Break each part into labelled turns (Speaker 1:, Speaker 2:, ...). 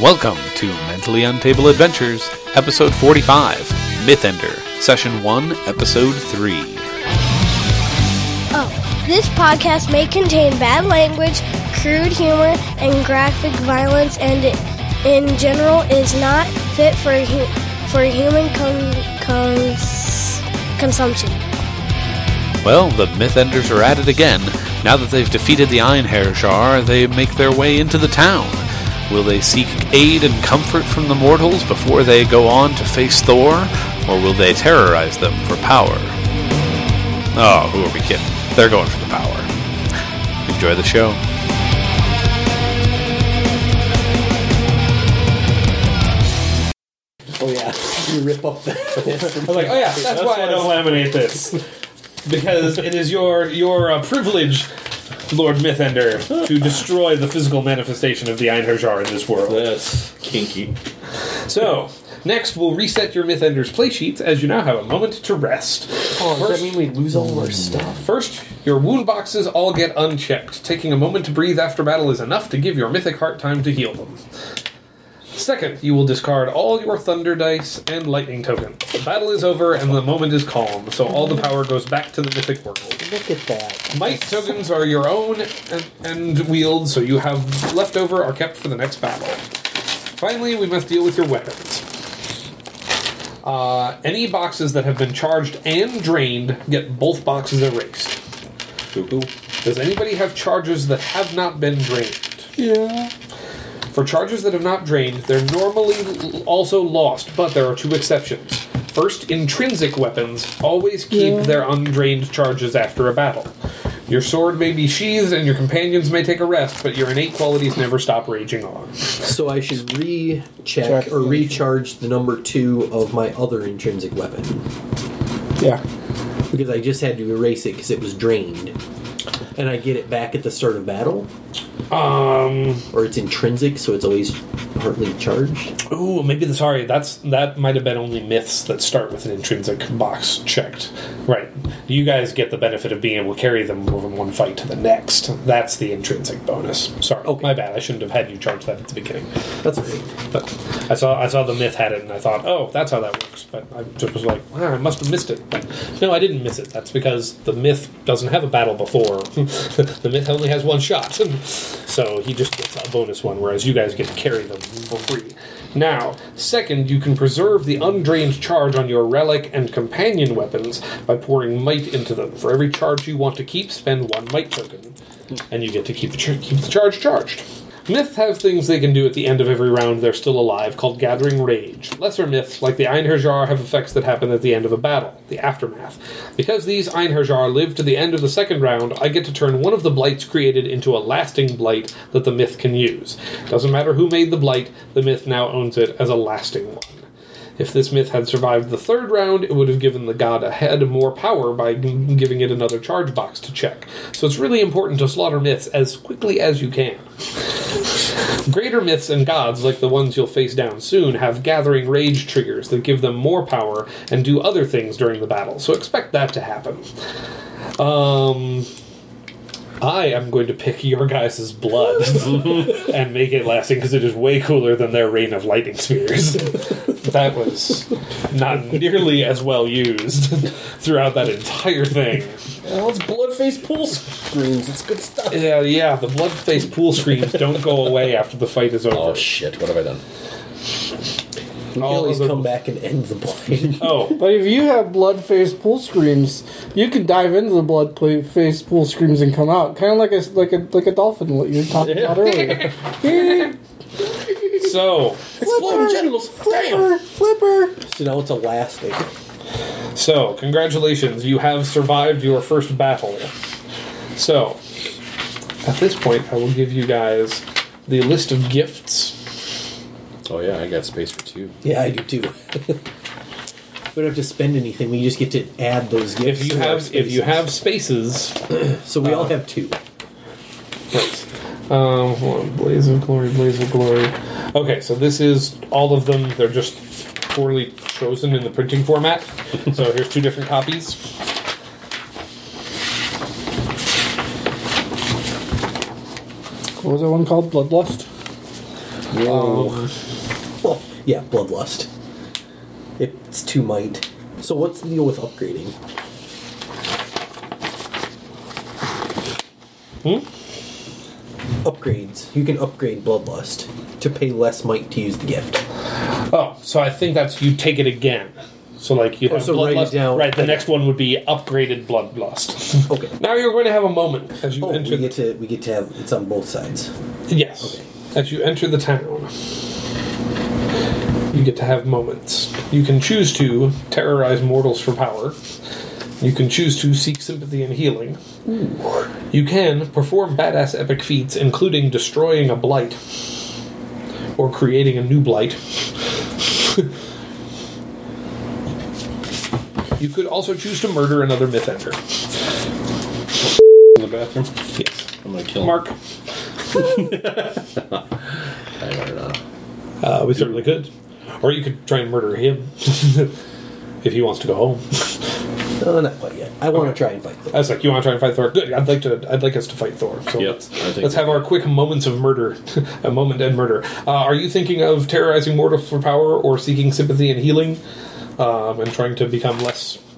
Speaker 1: Welcome to Mentally Untable Adventures, Episode 45, Mythender, Session 1, Episode 3.
Speaker 2: Oh, this podcast may contain bad language, crude humor, and graphic violence, and it, in general is not fit for hu- for human con- cons- consumption.
Speaker 1: Well, the Mythenders are at it again. Now that they've defeated the Einherjar, they make their way into the town. Will they seek aid and comfort from the mortals before they go on to face Thor, or will they terrorize them for power? Oh, who are we kidding? They're going for the power. Enjoy the show.
Speaker 3: Oh yeah, you rip up the.
Speaker 4: I was like, oh yeah, that's, why, I don't laminate this because it is your your uh, privilege, Lord Mythender, to destroy the physical manifestation of the Einherjar in this world.
Speaker 3: That's kinky.
Speaker 4: So. Next, we'll reset your Mythender's play sheets as you now have a moment to rest.
Speaker 3: Oh, does that mean we lose all our stuff?
Speaker 4: First, your wound boxes all get unchecked. Taking a moment to breathe after battle is enough to give your Mythic Heart time to heal them. Second, you will discard all your Thunder Dice and Lightning tokens. The battle is over and the moment is calm, so all the power goes back to the Mythic world.
Speaker 3: Look at that.
Speaker 4: Might tokens are your own and, and wield, so you have leftover are kept for the next battle. Finally, we must deal with your weapons. Uh, any boxes that have been charged and drained get both boxes erased. Does anybody have charges that have not been drained?
Speaker 3: Yeah.
Speaker 4: For charges that have not drained, they're normally l- also lost, but there are two exceptions. First, intrinsic weapons always keep their undrained charges after a battle. Your sword may be sheathed and your companions may take a rest, but your innate qualities never stop raging on.
Speaker 3: So I should recheck or recharge the number two of my other intrinsic weapon
Speaker 5: Yeah.
Speaker 3: because I just had to erase it because it was drained, and I get it back at the start of battle,
Speaker 4: Um.
Speaker 3: or it's intrinsic, so it's always partly charged.
Speaker 4: Ooh, maybe the, sorry. That's that might have been only myths that start with an intrinsic box checked. Right. You guys get the benefit of being able to carry them from one fight to the next. That's the intrinsic bonus. Sorry,
Speaker 3: Okay.
Speaker 4: my bad. I shouldn't have had you charge that at the beginning.
Speaker 3: That's great.
Speaker 4: But I saw I saw the myth had it, and I thought, oh, that's how that works. But I just was like, ah, I must have missed it. But no, I didn't miss it. That's because the myth doesn't have a battle before. the myth only has one shot, so he just gets a bonus one, whereas you guys get to carry them for free. Now, second, you can preserve the undrained charge on your relic and companion weapons by pouring might into them. For every charge you want to keep, spend one might token, and you get to keep the, ch- keep the charge charged. Myths have things they can do at the end of every round they're still alive, called Gathering Rage. Lesser myths, like the Einherjar, have effects that happen at the end of a battle, the Aftermath. Because these Einherjar live to the end of the second round, I get to turn one of the blights created into a lasting blight that the myth can use. Doesn't matter who made the blight, the myth now owns it as a lasting one. If this myth had survived the third round, it would have given the god ahead more power by g- giving it another charge box to check. So it's really important to slaughter myths as quickly as you can. Greater myths and gods, like the ones you'll face down soon, have gathering rage triggers that give them more power and do other things during the battle, so expect that to happen. Um. I am going to pick your guys' blood and make it lasting because it is way cooler than their rain of lightning spears. that was not nearly as well used throughout that entire thing.
Speaker 5: Well, it's Bloodface pool screams. It's good stuff.
Speaker 4: Yeah, yeah, the blood faced pool screams don't go away after the fight is over.
Speaker 5: Oh shit! What have I done?
Speaker 3: We can
Speaker 4: All
Speaker 3: always
Speaker 4: of the-
Speaker 3: come back and end the play.
Speaker 4: oh,
Speaker 5: But if you have blood face pool screams, you can dive into the blood pla- face pool screams and come out, kind of like a like a like a dolphin what you were talking about earlier.
Speaker 4: So,
Speaker 5: Flipper, genitals. Flipper, flipper.
Speaker 3: so now it's elastic.
Speaker 4: so congratulations, you have survived your first battle. So, at this point, I will give you guys the list of gifts.
Speaker 6: Oh yeah, I got space for two.
Speaker 3: Yeah, I do too. we don't have to spend anything. We just get to add those gifts.
Speaker 4: If you
Speaker 3: to our
Speaker 4: have, if
Speaker 3: spaces.
Speaker 4: you have uh, spaces,
Speaker 3: so we all have two.
Speaker 4: um, hold on, blaze of glory, blaze of glory. Okay, so this is all of them. They're just poorly chosen in the printing format. so here's two different copies.
Speaker 5: What was that one called? Bloodlust.
Speaker 3: Um, well, yeah, bloodlust. It's two might. So what's the deal with upgrading?
Speaker 4: Hmm?
Speaker 3: Upgrades. You can upgrade bloodlust to pay less might to use the gift.
Speaker 4: Oh, so I think that's you take it again. So like you have
Speaker 3: so write it
Speaker 4: bloodlust.
Speaker 3: down.
Speaker 4: Right, the next one would be upgraded bloodlust.
Speaker 3: Okay.
Speaker 4: now you're going to have a moment as you
Speaker 3: Oh, we
Speaker 4: enter.
Speaker 3: get
Speaker 4: The,
Speaker 3: to we get to have it's on both sides.
Speaker 4: yes, as you enter the town, you get to have moments. You can choose to terrorize mortals for power. You can choose to seek sympathy and healing. You can perform badass epic feats, including destroying a blight or creating a new blight. you could also choose to murder another myth ender.
Speaker 6: In the bathroom?
Speaker 4: Yes.
Speaker 6: I'm gonna kill
Speaker 4: Mark,
Speaker 6: him. I don't know.
Speaker 4: uh, we certainly could. Or you could try and murder him if he wants to go home.
Speaker 3: No, not quite yet. I want to try and fight
Speaker 4: I
Speaker 3: them.
Speaker 4: was like, "You want to try and fight Thor? Good. I'd like to. I'd like us to fight Thor. So
Speaker 6: Yep, I
Speaker 4: let's,
Speaker 6: think
Speaker 4: let's
Speaker 6: we-
Speaker 4: have our quick moments of murder, a moment and murder. Uh, are you thinking of terrorizing mortals for power, or seeking sympathy and healing, um, and trying to become less?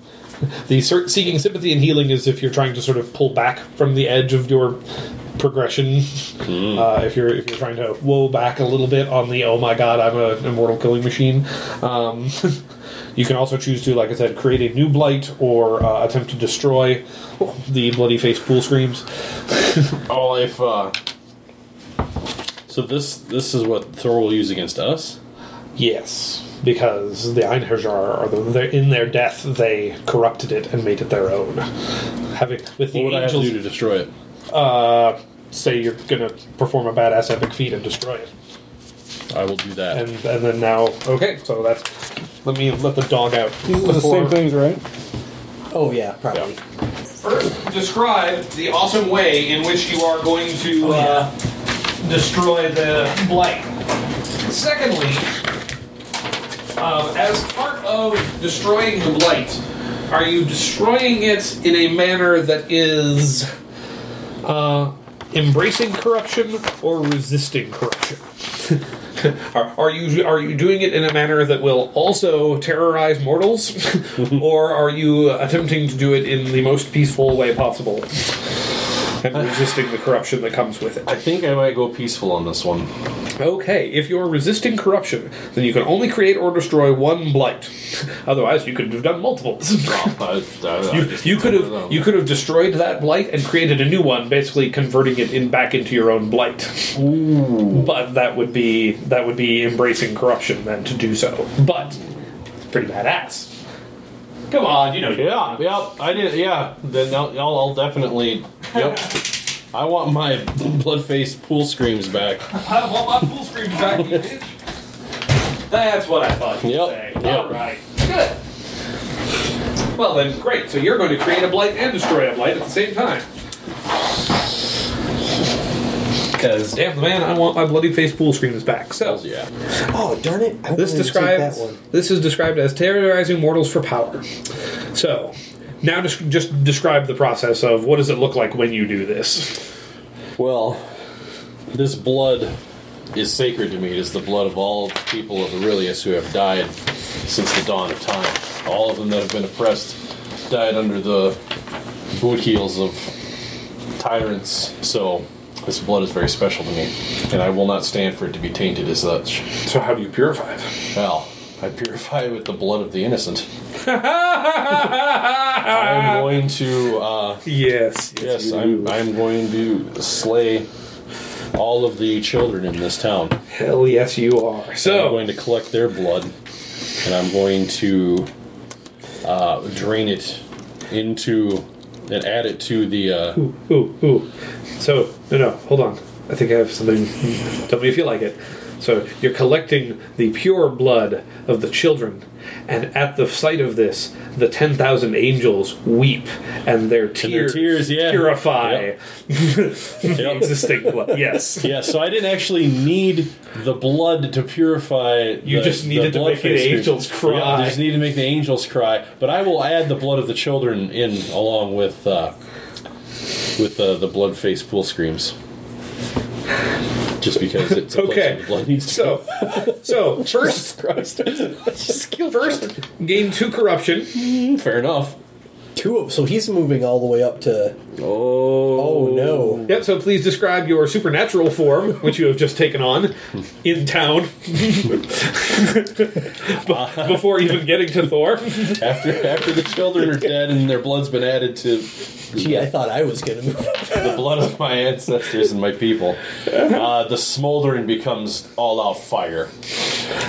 Speaker 4: The ser- seeking sympathy and healing is if you're trying to sort of pull back from the edge of your progression.
Speaker 6: Hmm.
Speaker 4: Uh, if you're if you're trying to whoa back a little bit on the oh my god I'm an immortal killing machine. Um, You can also choose to, like I said, create a new blight or uh, attempt to destroy the bloody face pool screams.
Speaker 6: Oh, if uh. So this this is what Thor will use against us.
Speaker 4: Yes, because the Einherjar are the, they're- in their death they corrupted it and made it their own. Having with the
Speaker 6: What would I have to
Speaker 4: angels, Uh,
Speaker 6: do to destroy it?
Speaker 4: say you're gonna perform a badass epic feat and destroy it,
Speaker 6: I will do that.
Speaker 4: and and then now okay, so that's let me let the dog out.
Speaker 5: These are the
Speaker 4: before-
Speaker 5: same things, right?
Speaker 3: Oh yeah, probably.
Speaker 4: First, describe the awesome way in which you are going to uh, destroy the blight. Secondly, um, as part of destroying the blight, are you destroying it in a manner that is uh, embracing corruption or resisting corruption? Are, are you are you doing it in a manner that will also terrorize mortals, or are you attempting to do it in the most peaceful way possible and resisting the corruption that comes with
Speaker 6: I
Speaker 4: it?
Speaker 6: think I might go peaceful on this one.
Speaker 4: Okay, if you're resisting corruption, then you can only create or destroy one blight. Otherwise, you could have done multiples.
Speaker 6: I, I- I
Speaker 4: You,
Speaker 6: just-
Speaker 4: you could
Speaker 6: I don't know.
Speaker 4: have you could have destroyed that blight and created a new one, basically converting it in back into your own blight. But that would be that would be embracing corruption then to do so. But it's pretty badass. Come on, you know.
Speaker 6: Yeah, yep. I did. Yeah, then I'll, I'll, I'll definitely. Yep. I want my blood face pool screams back.
Speaker 4: I want my full screen back, you bitch. That's what I thought you'd
Speaker 6: Yep,
Speaker 4: say.
Speaker 6: yep.
Speaker 4: All right, good. Well then, great. So you're going to create a blight and destroy a blight at the same time. Because damn the man, I want my bloody face pool screams back. So
Speaker 6: Yeah.
Speaker 3: Oh darn it! I
Speaker 4: this
Speaker 3: wanted to take
Speaker 4: describes
Speaker 3: that one.
Speaker 4: this is described as terrorizing mortals for power. So now just, just describe the process of what does it look like when you do this.
Speaker 6: Well, this blood is sacred to me. It is the blood of all the people of Aurelius who have died since the dawn of time. All of them that have been oppressed died under the boot heels of tyrants. So this blood is very special to me, and I will not stand for it to be tainted as such.
Speaker 4: So how do you purify it?
Speaker 6: Well, I purify with the blood of the innocent. I'm going to, uh,
Speaker 4: Yes.
Speaker 6: yes, I'm, I'm going to slay all of the children in this town.
Speaker 4: Hell yes, you are.
Speaker 6: I'm
Speaker 4: So
Speaker 6: going to collect their blood, and I'm going to uh, drain it into and add it to the. Uh,
Speaker 4: ooh, ooh, ooh. So no, no. Hold on. I think I have something. Tell me if you like it. So you're collecting the pure blood of the children, and at the sight of this, the ten thousand angels weep, and their tears,
Speaker 6: tears, yeah.
Speaker 4: purify
Speaker 6: Yep.
Speaker 4: the existing blood. Yes.
Speaker 6: yeah, so I didn't actually need the blood to purify.
Speaker 4: You
Speaker 6: the-
Speaker 4: just needed
Speaker 6: the
Speaker 4: to
Speaker 6: blood
Speaker 4: make the
Speaker 6: face
Speaker 4: angels
Speaker 6: scream. Yeah,
Speaker 4: cry.
Speaker 6: I just need to make the angels cry. But I will add the blood of the children in along with uh, with uh, the blood face pool screams. just because it's a place where
Speaker 4: Okay.
Speaker 6: the blood needs to go.
Speaker 4: So, so first,
Speaker 3: Christ.
Speaker 4: first gain two corruption.
Speaker 6: Fair enough.
Speaker 3: Two of so he's moving all the way up to
Speaker 6: Oh,
Speaker 3: Oh no.
Speaker 4: Yep. So please describe your supernatural form, which you have just taken on in town,
Speaker 6: Uh-huh.
Speaker 4: Be- before even getting to Thor.
Speaker 6: After after the children are dead and their blood's been added to
Speaker 3: Gee, I thought I was gonna move.
Speaker 6: the blood of my ancestors and my people, uh, the smoldering becomes all out fire.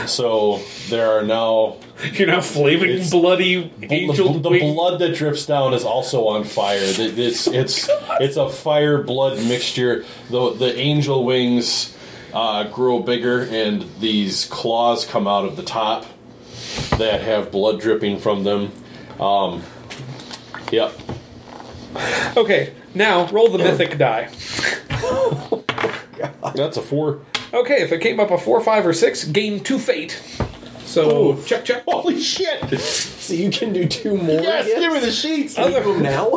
Speaker 6: So there are now
Speaker 4: You're now flaming,
Speaker 6: It's-
Speaker 4: bloody angel.
Speaker 6: the, the
Speaker 4: wait,
Speaker 6: blood that drips down is also on fire. Th- It's it's it's a fire blood mixture. The the angel wings uh, grow bigger, and these claws come out of the top that have blood dripping from them. Um, yep.
Speaker 4: Okay. Now roll the mythic die.
Speaker 6: That's a four.
Speaker 4: Okay, if it came up a four, five, or six, gain two fate. So check, check.
Speaker 6: Holy shit!
Speaker 3: So you can do two more.
Speaker 6: Yes,
Speaker 3: yes?
Speaker 6: give me the sheets.
Speaker 3: Leave them now.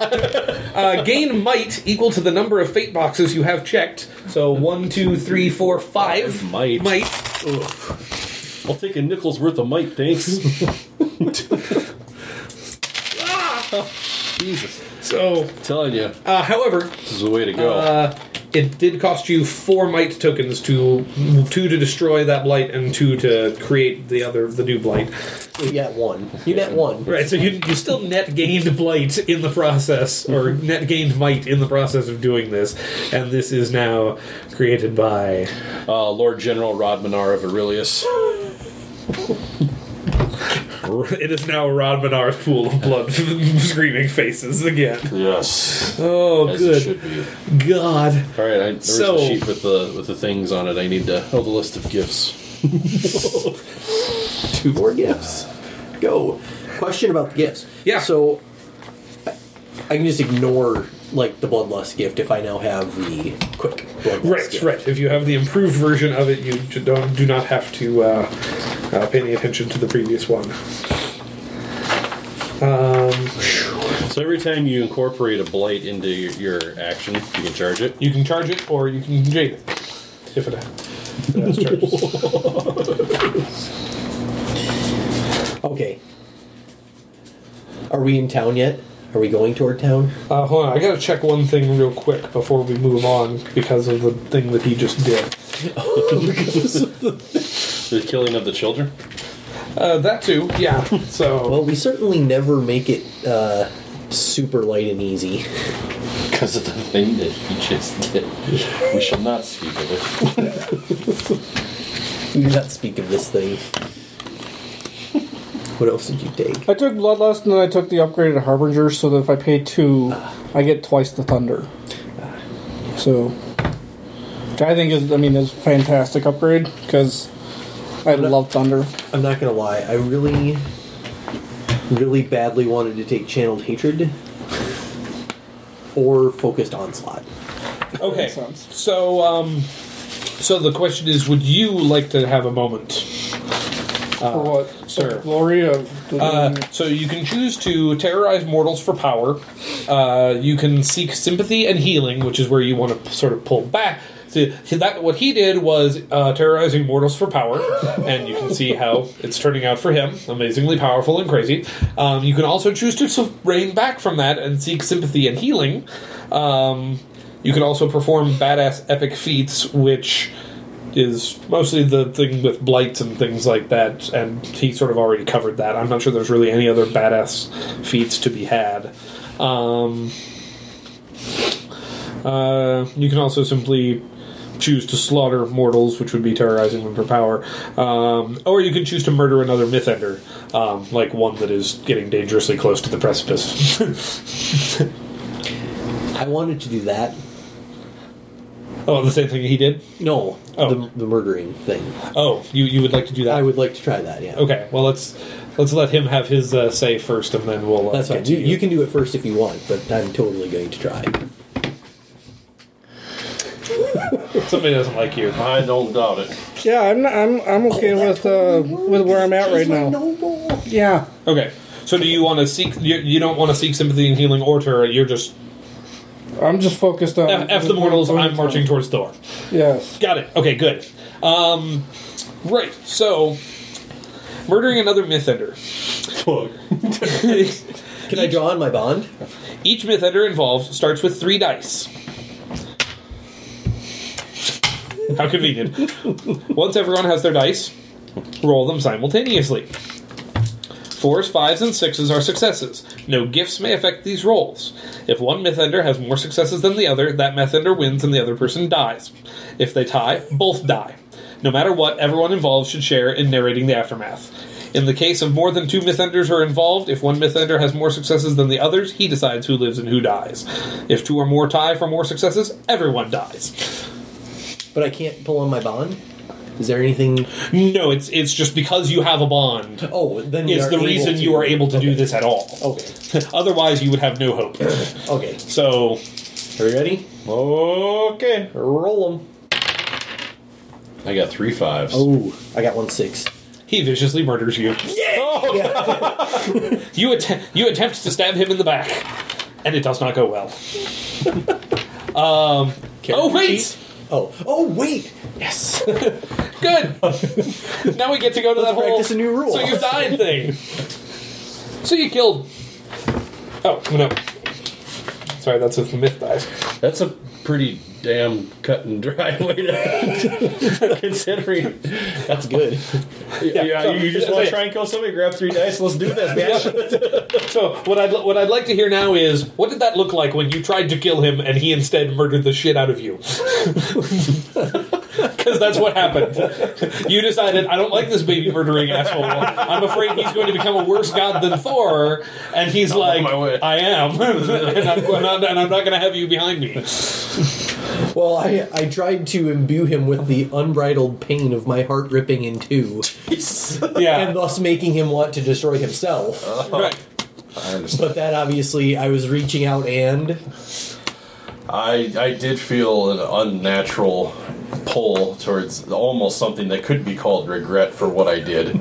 Speaker 4: Uh, gain might equal to the number of fate boxes you have checked. So one, two, three, four, five.
Speaker 6: Might.
Speaker 4: Might.
Speaker 6: I'll take a nickel's worth of might, thanks. Jesus,
Speaker 4: So,
Speaker 6: telling you,
Speaker 4: uh, however,
Speaker 6: this is the way to go.
Speaker 4: it did cost you four might tokens to two to destroy that blight and two to create the other the new blight.
Speaker 3: You got one. You net one.
Speaker 4: Right. So you you still net gained blight in the process, or net gained might in the process of doing this, and this is now created by.
Speaker 6: uh, Lord General Rodmanar of Aurelius.
Speaker 4: It is now Rodmanar's pool of blood, screaming faces again.
Speaker 6: Yes,
Speaker 4: Oh,
Speaker 6: as it
Speaker 4: good
Speaker 6: should be.
Speaker 4: God!
Speaker 6: All right, I, there's
Speaker 4: So-
Speaker 6: the sheet with the with the things on it. I need to. Oh, the list of gifts.
Speaker 3: Two more gifts. Go. Question about the gifts.
Speaker 4: Yeah.
Speaker 3: So I- I can just ignore like the bloodlust gift if I now have the quick bloodlust
Speaker 4: Right,
Speaker 3: gift.
Speaker 4: right. If you have the improved version of it, you j- don't do not have to uh, uh, pay any attention to the previous one.
Speaker 6: So every time you incorporate a blight into your, your action, you can charge it.
Speaker 4: You can charge it, or you can jade it if it, if it has charges.
Speaker 3: Okay. Are we in town yet? Are we going toward town?
Speaker 4: Uh, hold on, I gotta check one thing real quick before we move on because of the thing that he just did.
Speaker 6: The killing of the children.
Speaker 4: Uh, that too, yeah. So
Speaker 3: Well, Oh, we certainly never make it uh, super light and easy.
Speaker 6: Because of the thing that he just did. We shall not speak of it.
Speaker 3: we do not speak of this thing. What else did you take?
Speaker 5: I took Bloodlust and then I took the upgraded Harbinger so that if I pay two, I get twice the Thunder. So, which I think is, I mean, is a fantastic upgrade because I love Thunder.
Speaker 3: I'm not gonna lie. I really, really badly wanted to take channeled hatred or focused onslaught.
Speaker 4: okay,
Speaker 5: Makes sense.
Speaker 4: so um, so the question is, would you like to have a moment,
Speaker 5: For what?
Speaker 4: sir?
Speaker 5: Glory of.
Speaker 4: Uh, so you can choose to terrorize mortals for power. Uh, you can seek sympathy and healing, which is where you want to sort of pull back. So so that what he did was uh, terrorizing mortals for power, and you can see how it's turning out for him. Amazingly powerful and crazy. Um, you can also choose to sort of rein back from that and seek sympathy and healing. Um, you can also perform badass epic feats, which is mostly the thing with blights and things like that, and he sort of already covered that. I'm not sure there's really any other badass feats to be had. Um, uh, you can also simply choose to slaughter mortals, which would be terrorizing them for power, um, or you can choose to murder another mythender, um, like one that is getting dangerously close to the precipice.
Speaker 3: I wanted to do that.
Speaker 4: oh, the same thing he did.
Speaker 3: No,
Speaker 4: Oh.
Speaker 3: the, the murdering thing.
Speaker 4: Oh, you you would like to do that?
Speaker 3: I would like to try that. Yeah.
Speaker 4: Okay, well let's let's let him have his uh, say first, and then we'll. Uh,
Speaker 3: That's fine.
Speaker 4: get to
Speaker 3: You, you can do it first if you want, but I'm totally going to try.
Speaker 4: Somebody doesn't like you.
Speaker 6: I don't doubt it.
Speaker 5: yeah, I'm, not, I'm, I'm okay with uh, with where I'm at right now. Yeah.
Speaker 4: Okay, so do you want to seek? You, you don't want to seek sympathy and healing, or terror. You're just
Speaker 5: I'm just focused on.
Speaker 4: F, F the mortals. I'm marching towards Thor.
Speaker 5: Yes.
Speaker 4: Got it. Okay, good. Um, right. So, murdering another myth ender.
Speaker 3: Can I draw on my bond?
Speaker 4: Each myth ender involved starts with three dice. How convenient. Once everyone has their dice, roll them simultaneously. Fours, fives, and sixes are successes. No gifts may affect these rolls. If one Mythender has more successes than the other, that Mythender wins and the other person dies. If they tie, both die. No matter what, everyone involved should share in narrating the aftermath. In the case of more than two Mythenders are involved, if one Mythender has more successes than the others, he decides who lives and who dies. If two or more tie for more successes, everyone dies.
Speaker 3: But I can't pull on my bond. Is there anything?
Speaker 4: No, it's it's just because you have a bond
Speaker 3: Oh, then we
Speaker 4: is
Speaker 3: are
Speaker 4: the
Speaker 3: able
Speaker 4: reason
Speaker 3: to-
Speaker 4: you are able to do
Speaker 3: Okay.
Speaker 4: this at all.
Speaker 3: Okay.
Speaker 4: Otherwise, you would have no hope.
Speaker 3: Okay.
Speaker 4: So,
Speaker 3: Are we ready?
Speaker 4: okay.
Speaker 3: Roll them.
Speaker 6: I got three fives.
Speaker 3: Oh, I got one six.
Speaker 4: He viciously murders you. Oh, you, att- you attempt to stab him in the back, and it does not go well. um, oh, wait!
Speaker 3: Oh, oh wait. Yes.
Speaker 4: Good! now we get to go to that whole.
Speaker 3: practice a new rule.
Speaker 4: So you died thing. So you killed. Oh, no. Sorry, that's if the myth dies.
Speaker 6: That's a pretty damn cut and dry way to considering.
Speaker 3: That's good.
Speaker 6: Yeah,
Speaker 4: so-
Speaker 6: you just want to try and kill somebody, grab three dice, let's do this, man.
Speaker 4: So what I'd what I'd like to hear now is what did that look like when you tried to kill him and he instead murdered the shit out of you? Because that's what happened. You decided I don't like this baby murdering asshole. I'm afraid he's going to become a worse god than Thor, and he's like,
Speaker 6: my way.
Speaker 4: I am, and I'm, I'm not, and I'm not going to have you behind me.
Speaker 3: Well, I I tried to imbue him with the unbridled pain of my heart ripping in two, and
Speaker 4: Yeah,
Speaker 3: thus making him want to destroy himself.
Speaker 4: right.
Speaker 6: I understand.
Speaker 3: But that obviously, I was reaching out and
Speaker 6: I, I did feel an unnatural pull towards almost something that could be called regret for what I did.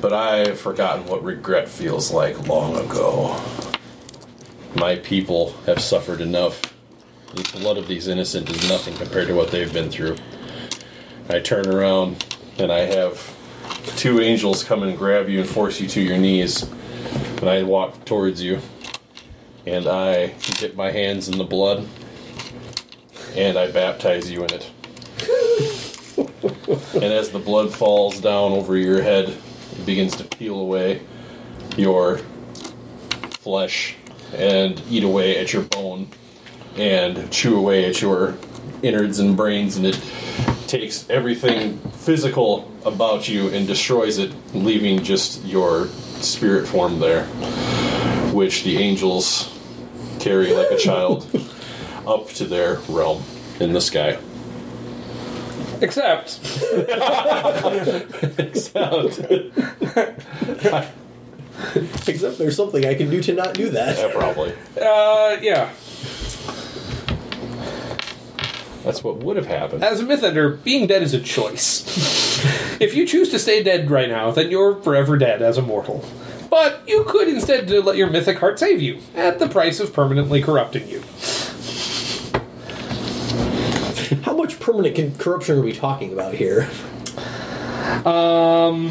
Speaker 6: But I've forgotten what regret feels like long ago. My people have suffered enough. The blood of these innocent is nothing compared to what they've been through. I turn around and I have two angels come and grab you and force you to your knees. And I walk towards you and I dip my hands in the blood, and I baptize you in it. and as the blood falls down over your head, it begins to peel away your flesh and eat away at your bone and chew away at your innards and brains, and it takes everything physical about you and destroys it, leaving just your spirit form there which the angels carry like a child up to their realm in the sky.
Speaker 4: Except,
Speaker 3: except there's something I can do to not do that.
Speaker 6: Yeah, probably.
Speaker 4: uh, yeah.
Speaker 6: That's what would have happened.
Speaker 4: As a Mythender, being dead is a choice. if you choose to stay dead right now, then you're forever dead as a mortal. But you could instead to let your mythic heart save you, at the price of permanently corrupting you.
Speaker 3: How much permanent con- corruption are we talking about here?
Speaker 4: Um,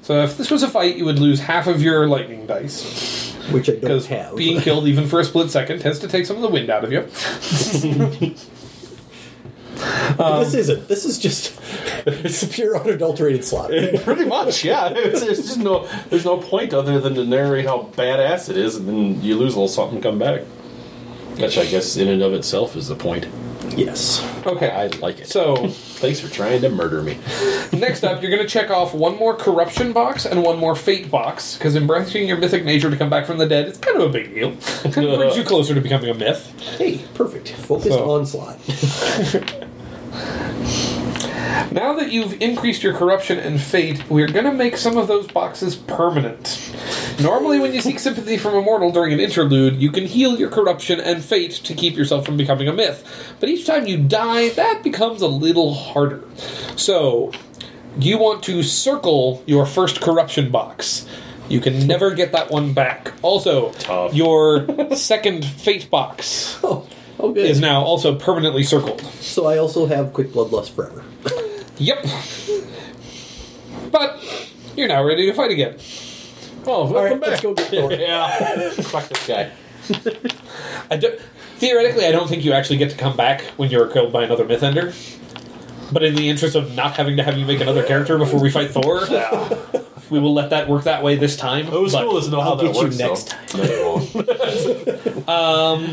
Speaker 4: so if this was a fight, you would lose half of your lightning dice.
Speaker 3: Which I don't
Speaker 4: Because
Speaker 3: have.
Speaker 4: being killed even for a split second tends to take some of the wind out of you. um,
Speaker 3: this isn't. This is just it's pure unadulterated slaughter.
Speaker 6: Pretty much, yeah. It's, there's just no, there's no point other than to narrate how badass it is, and then you lose a little something and come back. Which I guess in and of itself is the point.
Speaker 3: yes.
Speaker 6: I
Speaker 4: Okay.
Speaker 6: like it.
Speaker 4: So,
Speaker 6: Thanks for trying to murder me.
Speaker 4: Next up, you're going to check off one more corruption box and one more fate box because embracing your mythic nature to come back from the dead is kind of a big deal. It brings you closer to becoming a myth.
Speaker 3: Hey, perfect. Focus
Speaker 4: So-
Speaker 3: onslaught.
Speaker 4: Now that you've increased your corruption and fate, we're going to make some of those boxes permanent. Normally, when you seek sympathy from a mortal during an interlude, you can heal your corruption and fate to keep yourself from becoming a myth. But each time you die, that becomes a little harder. So, you want to circle your first corruption box. You can never get that one back. Also,
Speaker 6: Tough.
Speaker 4: your second fate box
Speaker 3: Oh, oh good.
Speaker 4: is now also permanently circled.
Speaker 3: So I also have quick bloodlust forever.
Speaker 4: Yep. But you're now ready to fight again.
Speaker 6: Oh, welcome
Speaker 3: All right,
Speaker 6: back.
Speaker 3: let's go get Thor.
Speaker 6: Yeah. Fuck this guy.
Speaker 4: I don't- theoretically, I don't think you actually get to come back when you're killed by another Mythender. But in the interest of not having to have you make another character before we fight Thor, we will let that work that way this time.
Speaker 6: It was
Speaker 4: But-
Speaker 6: cool to know how
Speaker 3: I'll
Speaker 6: that
Speaker 3: get you
Speaker 6: works.
Speaker 3: next
Speaker 6: though. No, you won't. Um,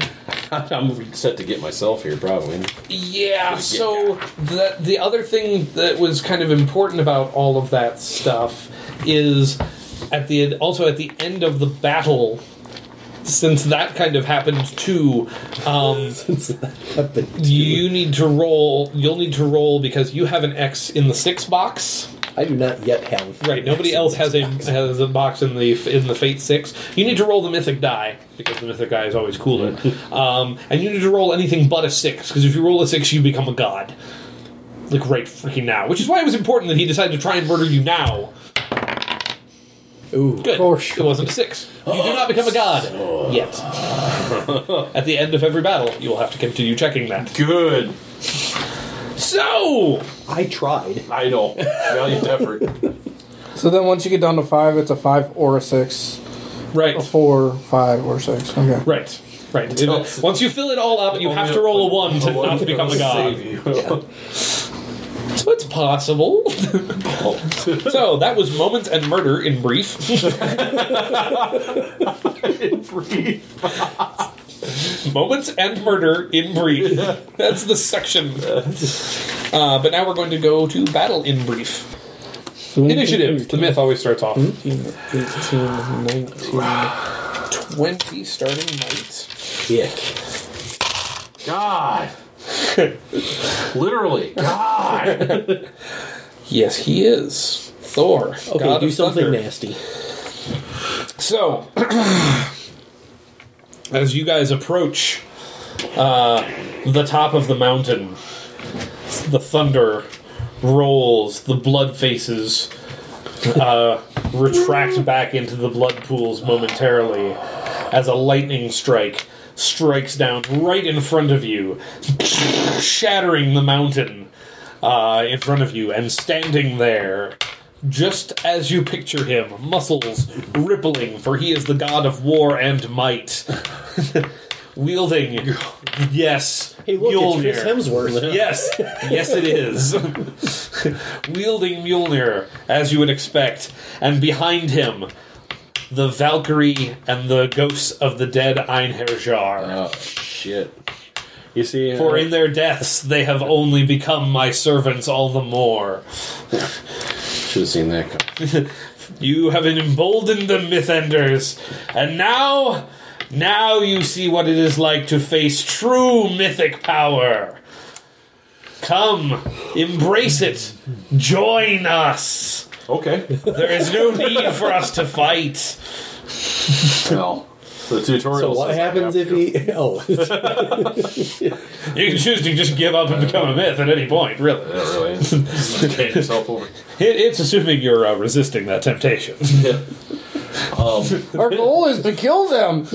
Speaker 6: I'm set to get myself here, probably.
Speaker 4: Yeah, so the the other thing that was kind of important about all of that stuff is at the also at the end of the battle since that kind of happened too um, you need to roll you'll need to roll because you have an x in the six box
Speaker 3: I do not yet have.
Speaker 4: right nobody else has a has a box in the in the fate six you need to roll the mythic die because the mythic die is always cooler um, and you need to roll anything but a six because if you roll a six you become a god like right freaking now which is why it was important that he decided to try and murder you now
Speaker 3: Ooh.
Speaker 4: Good.
Speaker 5: Oh, sure.
Speaker 4: It wasn't a six. You do not become a god yet. At the end of every battle, you will have to continue checking that.
Speaker 6: Good.
Speaker 4: So,
Speaker 3: I tried.
Speaker 6: I know. Valiant effort.
Speaker 5: So then once you get down to five, it's a five or a six.
Speaker 4: right,
Speaker 5: A four, five, or six. Okay.
Speaker 4: right, right. If- Once you fill it all up, you have to roll a one to not become a
Speaker 6: Save
Speaker 4: god.
Speaker 6: you.
Speaker 4: So it's possible. so that was moments and murder in brief.
Speaker 6: Brief.
Speaker 4: moments and murder in brief. That's the section. Uh, but now we're going to go to battle in brief.
Speaker 5: So we-
Speaker 4: Initiative. The myth always starts off.
Speaker 5: 18, 18, 19.
Speaker 4: 20 starting night.
Speaker 3: Yeah.
Speaker 6: God. Literally. God.
Speaker 4: Yes, he is. Thor.
Speaker 3: Okay,
Speaker 4: God
Speaker 3: do
Speaker 4: of
Speaker 3: something
Speaker 4: Thunder.
Speaker 3: nasty.
Speaker 4: So, as you guys approach uh, the top of the mountain, the thunder rolls, the blood faces uh, retract back into the blood pools momentarily as a lightning strike strikes down right in front of you, shattering the mountain uh, in front of you, and standing there just as you picture him, muscles rippling, for he is the god of war and might. Wielding, yes,
Speaker 3: Hey, look,
Speaker 4: Mjolnir.
Speaker 3: it's Chris Hemsworth.
Speaker 4: Yes, yes, it is. Wielding Mjolnir, as you would expect, and behind him, the Valkyrie and the ghosts of the dead Einherjar.
Speaker 6: Oh, shit. You see,
Speaker 4: For in their deaths, they have only become my servants all the more.
Speaker 6: should have seen that. Come.
Speaker 4: You have emboldened the Mythenders, and now, now you see what it is like to face true mythic power. Come, embrace it, join us.
Speaker 6: Okay.
Speaker 4: There is no need for us to fight.
Speaker 6: well, the tutorial.
Speaker 3: So what
Speaker 6: says I
Speaker 3: happens
Speaker 6: have
Speaker 3: if
Speaker 6: to.
Speaker 3: he? Oh,
Speaker 4: You can choose to just give up and become a myth at any point, really.
Speaker 6: Yeah, really. Change yourself over.
Speaker 4: It, it's assuming you're uh, resisting that temptation.
Speaker 5: Our goal is to kill them.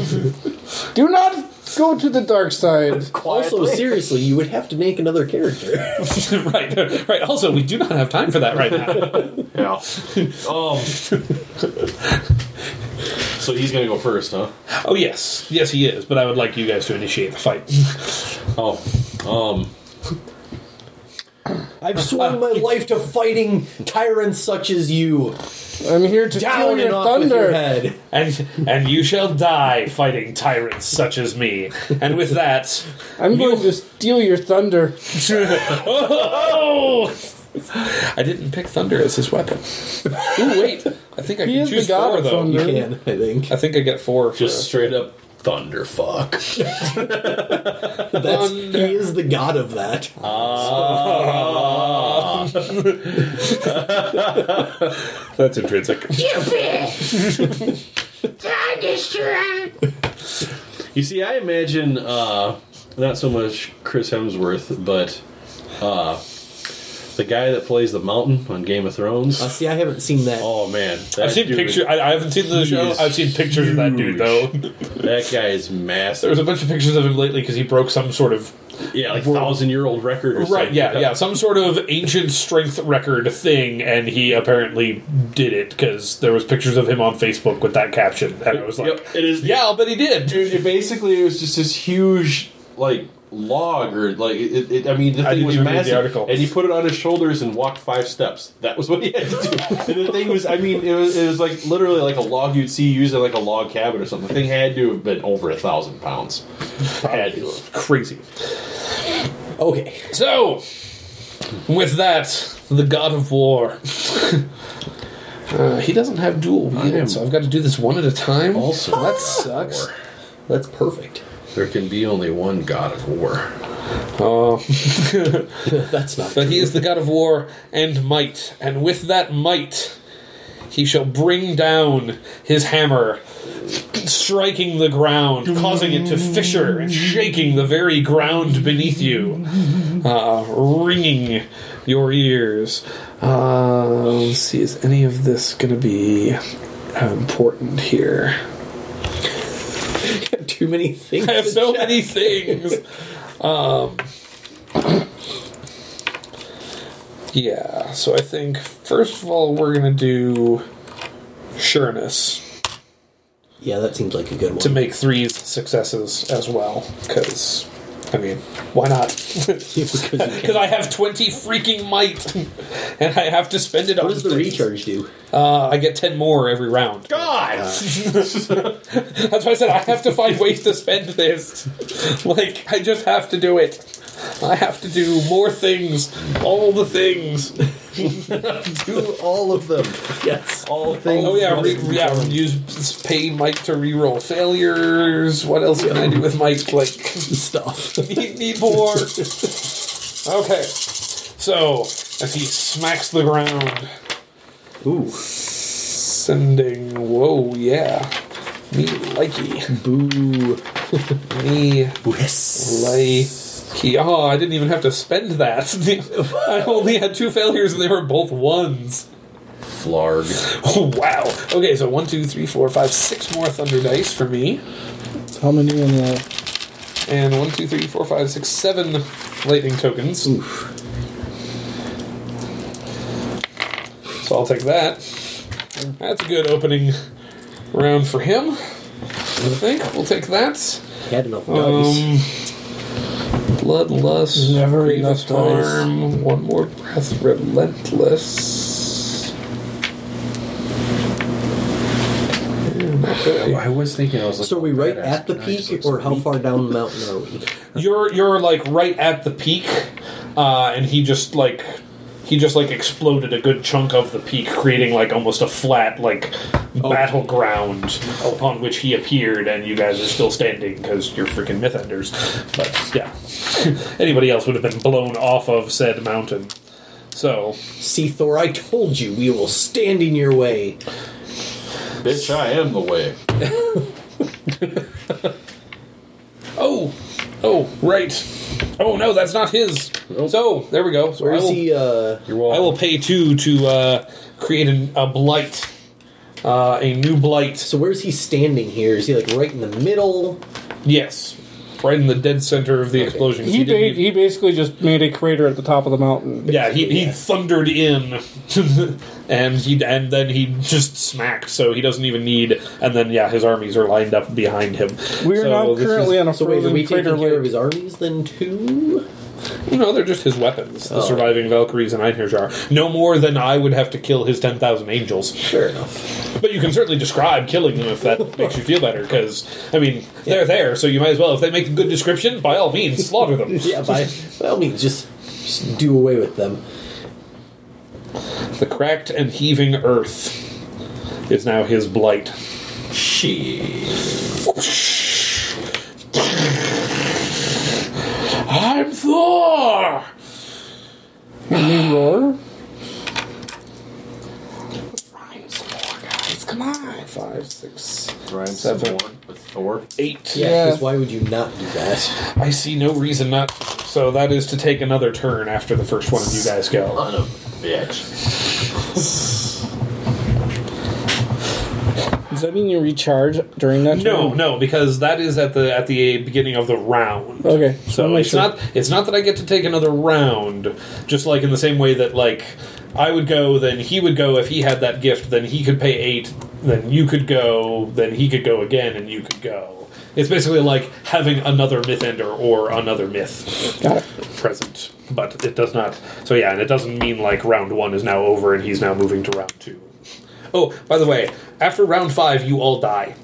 Speaker 5: Do not go to the dark side.
Speaker 3: also seriously, you would have to make another character.
Speaker 4: right, right. Also, we do not have time for that right now.
Speaker 6: Yeah. Um. so he's gonna go first, huh?
Speaker 4: Oh, yes. Yes, he is, but I would like you guys to initiate the fight.
Speaker 6: Oh. Um.
Speaker 3: I've swung my life to fighting tyrants such as you.
Speaker 5: I'm here to
Speaker 3: Down
Speaker 5: kill your
Speaker 3: and off with your
Speaker 5: thunder.
Speaker 3: head.
Speaker 4: And and you shall die fighting tyrants such as me. And with that,
Speaker 5: I'm going to steal your thunder.
Speaker 4: oh! I didn't pick thunder as his weapon. Ooh, wait. I think I can
Speaker 5: He is the
Speaker 4: choose
Speaker 5: god
Speaker 4: four
Speaker 5: of
Speaker 4: though.
Speaker 5: thunder.
Speaker 3: Can I think
Speaker 4: I think I get four. for-
Speaker 6: Just straight up thunderfuck.
Speaker 3: that's he is the god of that?
Speaker 4: Uh, that's intrinsic.
Speaker 6: You see, I imagine uh, not so much Chris Hemsworth, but uh, The guy that plays the mountain on Game of Thrones.
Speaker 3: Uh, see, I haven't seen that.
Speaker 6: Oh man, that
Speaker 4: I've seen
Speaker 6: dude-
Speaker 4: pictures. I, I haven't seen the
Speaker 6: He
Speaker 4: show.
Speaker 6: is
Speaker 4: I've seen pictures of that dude
Speaker 6: huge.
Speaker 4: though.
Speaker 6: That guy is
Speaker 4: There
Speaker 6: massive.
Speaker 4: was a bunch of pictures of him lately because he broke some sort of
Speaker 6: yeah, like thousand year old record. Or
Speaker 4: right.
Speaker 6: something.
Speaker 4: Yeah, yeah, some sort of ancient strength record thing, and he apparently did it because there was pictures of him on Facebook with that caption, and I was like,
Speaker 6: Yep, it is-
Speaker 4: Yeah, I'll bet he did.
Speaker 6: Dude, it basically it was just this huge like log or like it, it, I mean the
Speaker 4: I didn't
Speaker 6: thing was
Speaker 4: even read the
Speaker 6: massive,
Speaker 4: article.
Speaker 6: and he put it on his shoulders and walked five steps. That was what he had to do. and the thing was, I mean, it was, it was like literally like a log you'd see used in like a log cabin or something. The thing had to have been over a thousand pounds. Had to have.
Speaker 4: Crazy.
Speaker 3: Okay.
Speaker 4: So, with that, the God of War. Uh, he doesn't have dual
Speaker 6: am-
Speaker 4: wielding, so I've got to do this one at a time.
Speaker 3: Oh,
Speaker 6: Also,
Speaker 4: that sucks.
Speaker 3: That's perfect.
Speaker 6: There can be only one God of War.
Speaker 4: Oh.
Speaker 3: That's not.
Speaker 4: But he is the god of war and might, and with that might, he shall bring down his hammer, striking the ground, causing it to fissure and shaking the very ground beneath you, uh, ringing your ears. Uh, let's see, is any of this going to be uh, important here?
Speaker 3: Too many things.
Speaker 4: I have so many things. Um, yeah, so I think first of all we're gonna do sureness
Speaker 3: Yeah, that seems like a good one.
Speaker 4: to make three successes as well, because I mean, why not? Because
Speaker 3: Yeah, because you can.
Speaker 4: I have twenty freaking might, and I have to spend it on.
Speaker 3: What does the
Speaker 4: things.
Speaker 3: recharge do?
Speaker 4: Uh, I get ten more every round.
Speaker 6: God.
Speaker 4: That's why I said I have to find ways to spend this. Like, I just have to do it. I have to do more things, all the things.
Speaker 6: do all of them.
Speaker 3: Yes.
Speaker 6: All things.
Speaker 4: Oh yeah, re- yeah. Use pay Mike to reroll failures. What else can I do with Mike? Like,
Speaker 3: Stuff.
Speaker 4: need me more. Okay, so as he smacks the ground,
Speaker 3: Ooh.
Speaker 4: sending. Whoa, yeah, me likey,
Speaker 3: Boo.
Speaker 4: me
Speaker 3: Yes.
Speaker 4: Lay key. Oh, I didn't even have to spend that. I only had two failures and they were both ones.
Speaker 6: Flarg.
Speaker 4: Oh, wow. Okay, so one, two, three, four, five, six more thunder dice for me.
Speaker 5: How many in the?
Speaker 4: And one, two, three, four, five, six, seven lightning tokens. So I'll take that. That's a good opening round for him. I think we'll take that.
Speaker 3: Had enough dice.
Speaker 4: Um, bloodlust,
Speaker 5: Never
Speaker 4: grievous
Speaker 5: enough dice.
Speaker 4: harm, one more breath, relentless. Yeah, not good.
Speaker 6: I was thinking I was like,
Speaker 3: So are we right at the
Speaker 6: And I just
Speaker 3: peak,
Speaker 6: looked
Speaker 3: or
Speaker 6: so
Speaker 3: how
Speaker 6: weak.
Speaker 3: far down the mountain are we?
Speaker 4: You're you're like right at the peak, uh, and he just like he just like exploded a good chunk of the peak, creating like almost a flat like battleground upon which he appeared, and you guys are still standing because you're freaking mythenders. But yeah, anybody else would have been blown off of said mountain. So
Speaker 3: See, Thor, I told you we will stand in your way.
Speaker 6: Bitch, I am the way.
Speaker 4: Oh, oh, right. Oh no, that's not his. So there we go. So
Speaker 3: Where's
Speaker 4: I will,
Speaker 3: he? Uh,
Speaker 6: You're welcome.
Speaker 4: I will pay two to uh, create an, a blight, uh, a new blight.
Speaker 3: so where's he standing here? Is he like right in the middle?
Speaker 4: Yes, right in the dead center of the explosion.
Speaker 5: He
Speaker 4: He didn't
Speaker 5: ba-
Speaker 4: even-
Speaker 5: he basically just made a crater at the top of the mountain.
Speaker 4: yeah, he, he thundered in, and he and then he just smacked. So he doesn't even need. And then yeah, his armies are lined up behind him.
Speaker 5: We are
Speaker 4: So
Speaker 5: now
Speaker 4: this is-
Speaker 5: currently on a
Speaker 3: So
Speaker 5: frozen
Speaker 3: wait, are we
Speaker 5: crater
Speaker 3: taking care of
Speaker 5: lake.
Speaker 3: his armies then too?
Speaker 4: No, they're just his weapons. The surviving Valkyries and Einherjar. No more than I would have to kill his 10,000 angels.
Speaker 3: Fair enough.
Speaker 4: But you can certainly describe killing them if that makes you feel better, because, I mean, they're there, so you might as well. If they make a good description, by all means, slaughter them.
Speaker 3: Yeah, by, by all means, just, just do away with them.
Speaker 4: The cracked and heaving earth is now his blight. I'm Thor!
Speaker 5: New roar.
Speaker 4: Rhymes more, guys. Come on.
Speaker 5: five, six,
Speaker 6: Rhyme some
Speaker 5: seven,
Speaker 6: more with Thor.
Speaker 4: Eight.
Speaker 3: Yeah, because
Speaker 5: Yeah.
Speaker 3: why would you not do that?
Speaker 4: I see no reason not. to. So that is to take another turn after the first one of you guys go.
Speaker 6: Son of a bitch.
Speaker 5: Does that mean you recharge during that?
Speaker 4: No,
Speaker 5: turn?
Speaker 4: no, because that is at the at the beginning of the round.
Speaker 5: Okay. just
Speaker 4: So
Speaker 5: wanna make
Speaker 4: it's
Speaker 5: sure.
Speaker 4: not it's not that I get to take another round. Just like in the same way that like I would go, then he would go. If he had that gift, then he could pay eight. Then you could go. Then he could go again, and you could go. It's basically like having another myth ender or another myth
Speaker 5: Got it.
Speaker 4: present, but it does not. So yeah, and it doesn't mean like round one is now over and he's now moving to round two. Oh, by the way, after round five, you all die.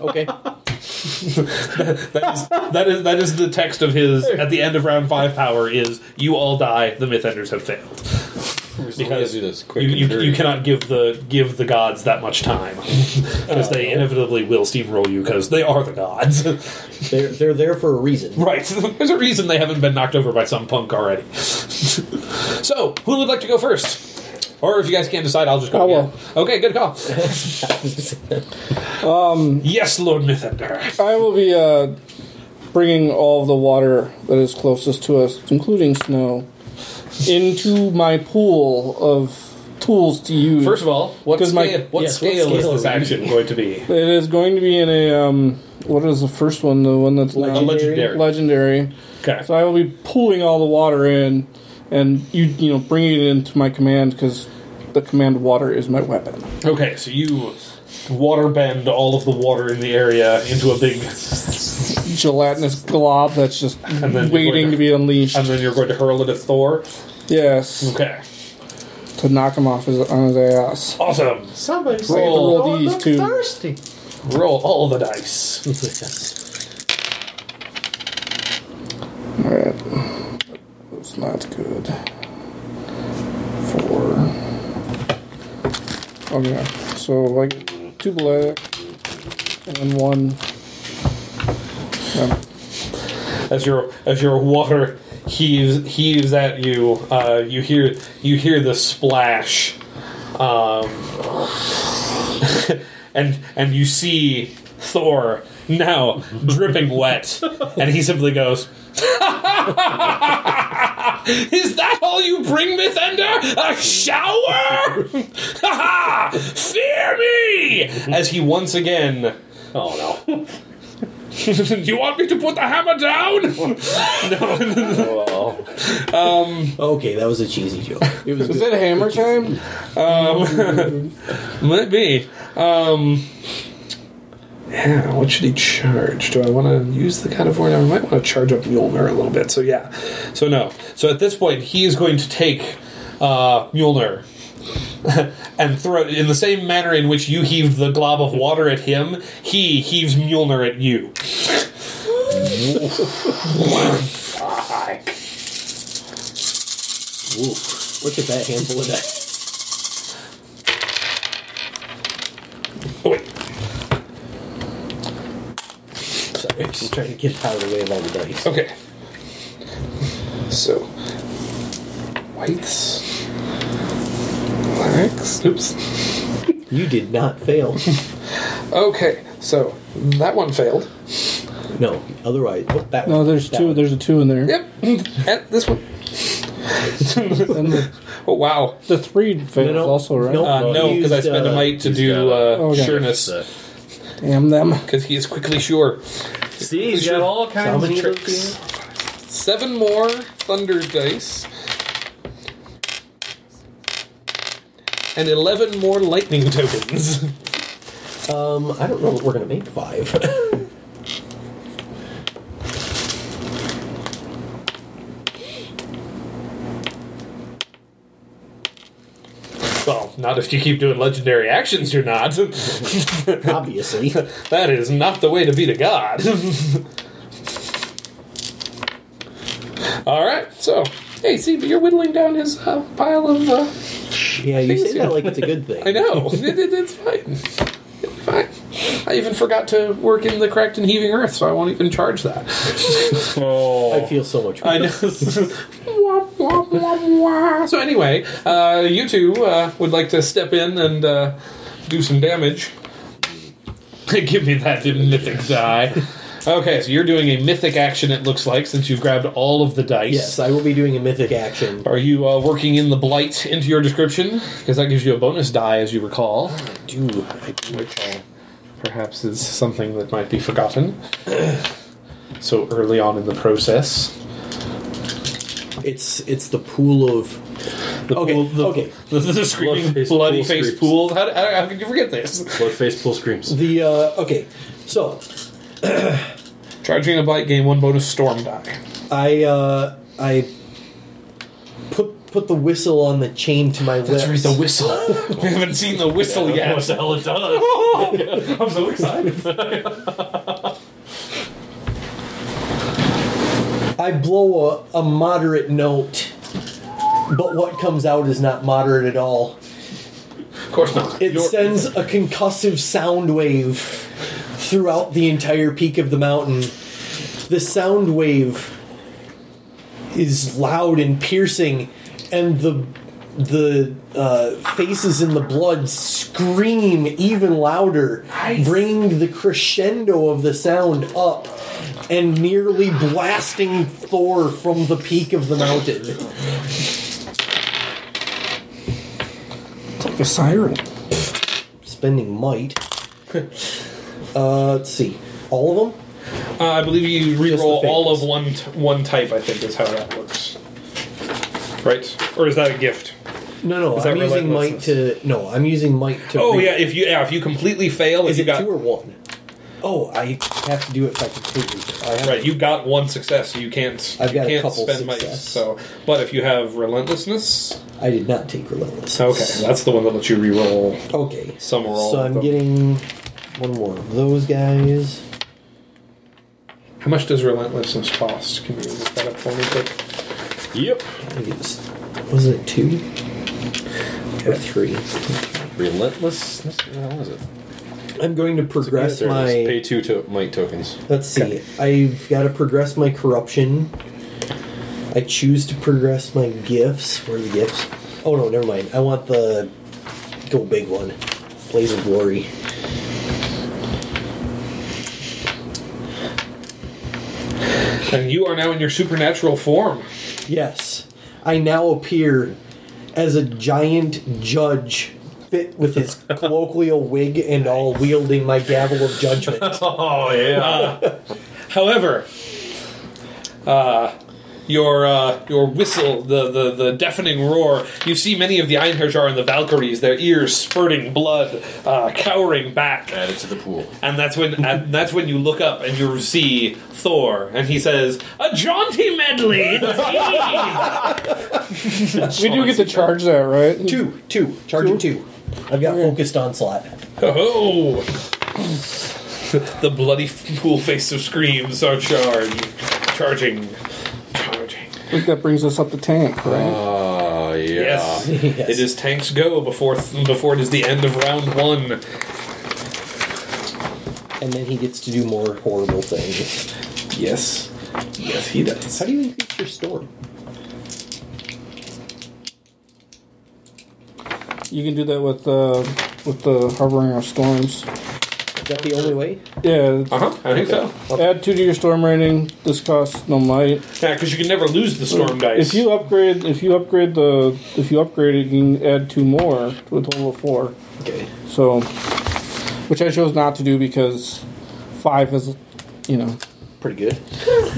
Speaker 3: Okay.
Speaker 4: That is, that is that is the text of his at the end of round five. Power is you all die. The myth enders have failed because
Speaker 6: do
Speaker 4: you,
Speaker 6: this quick and
Speaker 4: you,
Speaker 6: dirty.
Speaker 4: you cannot give the give the gods that much time because they inevitably will steamroll you because they are the gods.
Speaker 3: They're, they're there for a reason.
Speaker 4: right? There's a reason they haven't been knocked over by some punk already. so who would like to go first? Or if you guys can't decide, I'll just go.
Speaker 5: I will.
Speaker 4: again. Okay, good call. yes, Lord Mythender.
Speaker 5: I will be uh, bringing all of the water that is closest to us, including snow, into my pool of tools to use.
Speaker 4: First of all, what
Speaker 5: Because
Speaker 4: scale,
Speaker 5: my-
Speaker 4: what
Speaker 3: yes, what
Speaker 4: scale is
Speaker 3: scale
Speaker 4: this
Speaker 3: are we
Speaker 4: action going to be?
Speaker 5: it is going to be in a um, what is the first one? The one that's not-
Speaker 4: A legendary.
Speaker 5: legendary.
Speaker 4: Okay.
Speaker 5: So I will be pulling all the water in, and you you know bringing it into my command because the command water is my weapon.
Speaker 4: Okay, so you water bend all of the water in the area into a big,
Speaker 5: Gelatinous glob that's just
Speaker 4: then you're going
Speaker 5: waiting
Speaker 4: to-
Speaker 5: to be unleashed.
Speaker 4: and then you're going to hurl it at Thor.
Speaker 5: yes,
Speaker 4: Okay,
Speaker 5: to knock him off his on his ass.
Speaker 4: awesome.
Speaker 7: Somebody's
Speaker 5: I get to
Speaker 4: Roll,
Speaker 5: roll these two.
Speaker 7: thirsty.
Speaker 4: roll all the dice.
Speaker 5: Alright. That's not good. Four. Okay. So like two black and then one. Um,
Speaker 4: As your as your water heaves heaves at you, uh, you hear you hear the splash, um, and and you see Thor now dripping wet, and he simply goes. Is that all you bring, Mythender? A shower? Ha ha! Fear me! As he once again. Oh no. Do you want me to put the hammer down? no.
Speaker 3: Okay, that was a cheesy joke. It was
Speaker 5: is
Speaker 3: good.
Speaker 5: it hammer time?
Speaker 4: Might be. Um, yeah, what should he charge? Do I want to use the God of War? Now I might want to charge up Mjolnir a little bit. So, yeah. So, no. So, at this point, he is going to take uh, Mjolnir and throw it in the same manner in which you heaved the glob of water at him, he heaves Mjolnir at you.
Speaker 3: Oof, look at that handful of dice.
Speaker 4: Oh, wait.
Speaker 3: Sorry, I'm just trying to get out of the way of all the dice.
Speaker 4: Okay. So, whites, blacks. Oops.
Speaker 3: You did not fail.
Speaker 4: Okay, so that one failed.
Speaker 3: No, otherwise. Oh, that
Speaker 5: No,
Speaker 3: one,
Speaker 5: there's
Speaker 3: that
Speaker 5: two.
Speaker 3: one.
Speaker 5: There's a two in there.
Speaker 4: Yep. And this one.
Speaker 5: And the,
Speaker 4: Oh wow.
Speaker 5: the three fails
Speaker 3: no.
Speaker 5: also, right?
Speaker 3: Nope.
Speaker 4: Uh, no, because I spent a might to
Speaker 6: he's
Speaker 4: do
Speaker 6: got
Speaker 4: uh,
Speaker 6: a- Oh,
Speaker 5: Okay.
Speaker 4: sureness
Speaker 5: Damn them.
Speaker 4: because he is quickly sure.
Speaker 7: See, he's got all
Speaker 3: How
Speaker 7: kinds
Speaker 3: many
Speaker 7: of
Speaker 3: of
Speaker 7: tricks.
Speaker 4: Seven more thunder dice. And 11 more lightning tokens.
Speaker 3: Um, I don't know that we're gonna make five.
Speaker 4: well, not if you keep doing legendary actions, you're not.
Speaker 3: Obviously.
Speaker 4: That is not the way to beat a god. All right, so hey, see, but you're whittling down his uh, pile of. Uh,
Speaker 3: Yeah, you say that like it's a good thing.
Speaker 4: I know it, it, it's fine. It's fine. I even forgot to work in the cracked and heaving earth, so I won't even charge that.
Speaker 3: I feel so much
Speaker 4: I know. Wah, wah, wah, wah. So anyway, uh, you two uh, would like to step in and uh, do some damage. Give me that mythic die. Okay, so you're doing a mythic action. It looks like since you've grabbed all of the dice.
Speaker 3: Yes, I will be doing a mythic action.
Speaker 4: Are you uh, working in the blight into your description? Because that gives you a bonus die, as you recall. Ah, I do. I do recall. Perhaps is something that might be forgotten. so early on in the process.
Speaker 3: It's it's the pool of
Speaker 4: The
Speaker 3: Okay,
Speaker 4: pool, the,
Speaker 3: okay.
Speaker 4: The, the, screaming
Speaker 6: face
Speaker 4: bloody
Speaker 6: pool
Speaker 4: face
Speaker 6: screams.
Speaker 4: pool. How, how, how could you forget this?
Speaker 6: Blood face pool screams.
Speaker 3: the uh, okay. So
Speaker 4: Charging a blight, gain one bonus storm die.
Speaker 3: I uh, I put put the whistle on the chain to my lips.
Speaker 4: whistle. we haven't seen the whistle
Speaker 6: Yeah,
Speaker 4: yet.
Speaker 6: what the hell it does?
Speaker 4: I'm so excited.
Speaker 3: I blow a, a moderate note, but what comes out is not moderate at all.
Speaker 4: Of course not.
Speaker 3: It
Speaker 4: Your-
Speaker 3: sends a concussive sound wave throughout the entire peak of the mountain. The sound wave is loud and piercing, and the the uh, faces in the blood scream even louder, bringing the crescendo of the sound up and nearly blasting Thor from the peak of the mountain.
Speaker 5: Like a siren.
Speaker 3: Spending might. uh, let's see, all of them.
Speaker 4: Uh, I believe you
Speaker 3: Just the
Speaker 4: re-roll
Speaker 3: favorites.
Speaker 4: all of one t- one type. I think is how that works, right? Or is that a gift?
Speaker 3: No, no,
Speaker 4: that
Speaker 3: I'm using might to. No, I'm using might to.
Speaker 4: Oh
Speaker 3: re-
Speaker 4: yeah, if you yeah, if you completely fail,
Speaker 3: Is
Speaker 4: if you
Speaker 3: it
Speaker 4: got
Speaker 3: two or one? Oh, I have to do it if I completely. I have-
Speaker 4: right, you got one success, so you can't
Speaker 3: I've
Speaker 4: you
Speaker 3: got a
Speaker 4: can't
Speaker 3: couple
Speaker 4: spend mice.
Speaker 3: success.
Speaker 4: So, but if you have relentlessness,
Speaker 3: I did not take relentless.
Speaker 4: okay, that's the one that lets you re-roll
Speaker 3: Okay.
Speaker 4: some or all.
Speaker 3: So
Speaker 4: of
Speaker 3: I'm
Speaker 4: them.
Speaker 3: getting one more of those guys.
Speaker 4: How much does relentlessness cost? Can you look that up for me quick?
Speaker 6: Yep.
Speaker 3: I think it's- Was it two or three?
Speaker 6: Relentless. What was it?
Speaker 3: I'm going to progress
Speaker 6: Yes, there it is.
Speaker 3: my.
Speaker 6: Pay two to- might tokens.
Speaker 3: Let's see. I've got to progress my corruption. I choose to progress my gifts. Where are the gifts? Oh no, never mind. I want the go big one, blaze of glory.
Speaker 4: And you are now in your supernatural form.
Speaker 3: Yes, I now appear as a giant judge, fit with his colloquial wig and all, wielding my gavel of judgment.
Speaker 6: Oh yeah.
Speaker 4: Uh, However, uh, your uh, your whistle, the, the, the deafening roar, you see many of the Einherjar and the Valkyries, their ears spurting blood, uh, cowering back.
Speaker 6: Add it to the pool.
Speaker 4: And that's when and that's when you look up and you see Thor, and he says, "A jaunty medley." indeed!"
Speaker 5: We do get to charge that, right?
Speaker 3: two, two, charging two. I've got focused onslaught.
Speaker 4: oh, the bloody f- pool face of screams are charged, charging, charging.
Speaker 5: I think that brings us up to tank, right?
Speaker 6: Oh yeah.
Speaker 4: Yes.
Speaker 3: Yes.
Speaker 4: It is tanks go before before it is the end of round one.
Speaker 3: and then he gets to do more horrible things.
Speaker 4: Yes. Yes, he does.
Speaker 3: How do you increase your storm?
Speaker 5: you can do that with uh, with the harboring of storms.
Speaker 3: Is that the only way?
Speaker 5: Yeah, it's-
Speaker 4: Uh huh. I think so.
Speaker 5: add two to your storm rating. This costs no might.
Speaker 4: Yeah, because you can never lose the storm dice.
Speaker 5: If you upgrade, if you upgrade the, if you upgrade it, you can add two more to a total of four.
Speaker 3: Okay.
Speaker 5: So, which I chose not to do because five is, you know,
Speaker 3: Pretty good.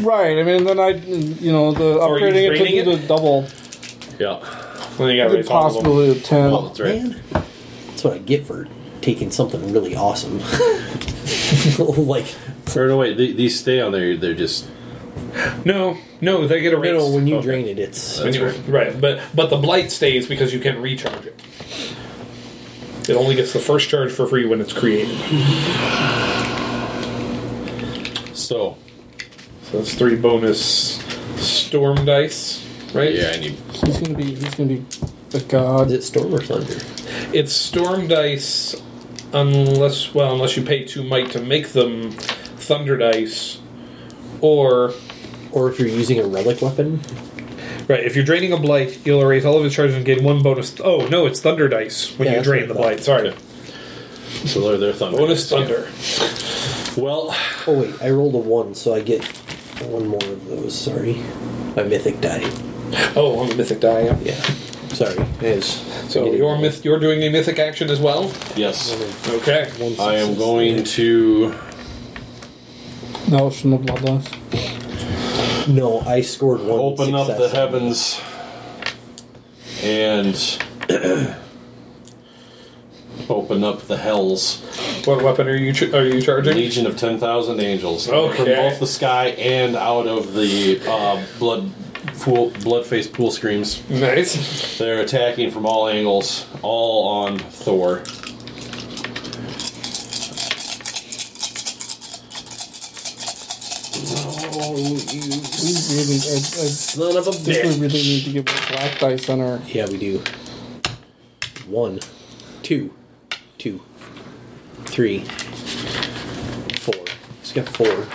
Speaker 5: right. I mean, then I, you know, the
Speaker 4: Or are you
Speaker 5: upgrading it to
Speaker 4: draining
Speaker 5: do the double,
Speaker 6: Yeah.
Speaker 4: Well, you got
Speaker 5: the
Speaker 4: raise all of them.
Speaker 5: possibility of ten.
Speaker 6: Well, that's right.
Speaker 3: Man, that's what I get for taking something really awesome. like,
Speaker 6: Or no, wait. the- These stay on there. They're just.
Speaker 4: No, no, they get a
Speaker 3: you
Speaker 4: raise.
Speaker 3: know, when you
Speaker 4: Okay.
Speaker 3: drain it, it's.
Speaker 4: When you- right. but but the blight stays because you can recharge it. It only gets the first charge for free when it's created.
Speaker 6: So.
Speaker 4: So that's three bonus storm dice, right?
Speaker 6: Yeah, I need.
Speaker 5: He's gonna be, he's gonna be a
Speaker 3: Is
Speaker 5: god.
Speaker 3: it storm or thunder?
Speaker 4: It's storm dice, unless well, unless you pay two might to make them thunder dice, or
Speaker 3: Or if you're using a relic weapon?
Speaker 4: right. If you're draining a blight, you'll erase all of its charges and gain one bonus. oh no, it's thunder dice when
Speaker 3: Yeah,
Speaker 4: you
Speaker 3: that's
Speaker 4: drain the
Speaker 3: what I
Speaker 4: blight. Sorry.
Speaker 6: So they're, they're thunder.
Speaker 4: Bonus thunder.
Speaker 6: Well,
Speaker 3: Oh wait, I rolled a one, so I get one more of those. Sorry, my mythic die.
Speaker 4: Oh, on the mythic die. yeah.
Speaker 3: Yeah, sorry. Is
Speaker 4: So you're myth. You're doing a mythic action as well.
Speaker 6: yes.
Speaker 4: Okay. Uh,
Speaker 6: I am going to.
Speaker 5: No, it's from the bloodlines.
Speaker 3: No, I scored one.
Speaker 6: open up the
Speaker 3: success.
Speaker 6: heavens and open up the hells.
Speaker 4: What weapon are you? Ch- are you charging?
Speaker 6: Legion of 10,000 angels. From
Speaker 4: Okay.
Speaker 6: both the sky and out of the uh, blood pool, blood face pool screams.
Speaker 4: Nice.
Speaker 6: They're attacking from all angles, all on Thor.
Speaker 5: We really, I, I
Speaker 3: Son of a
Speaker 5: think we
Speaker 3: bitch.
Speaker 5: really need to get black dice on our.
Speaker 3: Yeah, we do. One, two, two, three, four. It's got four.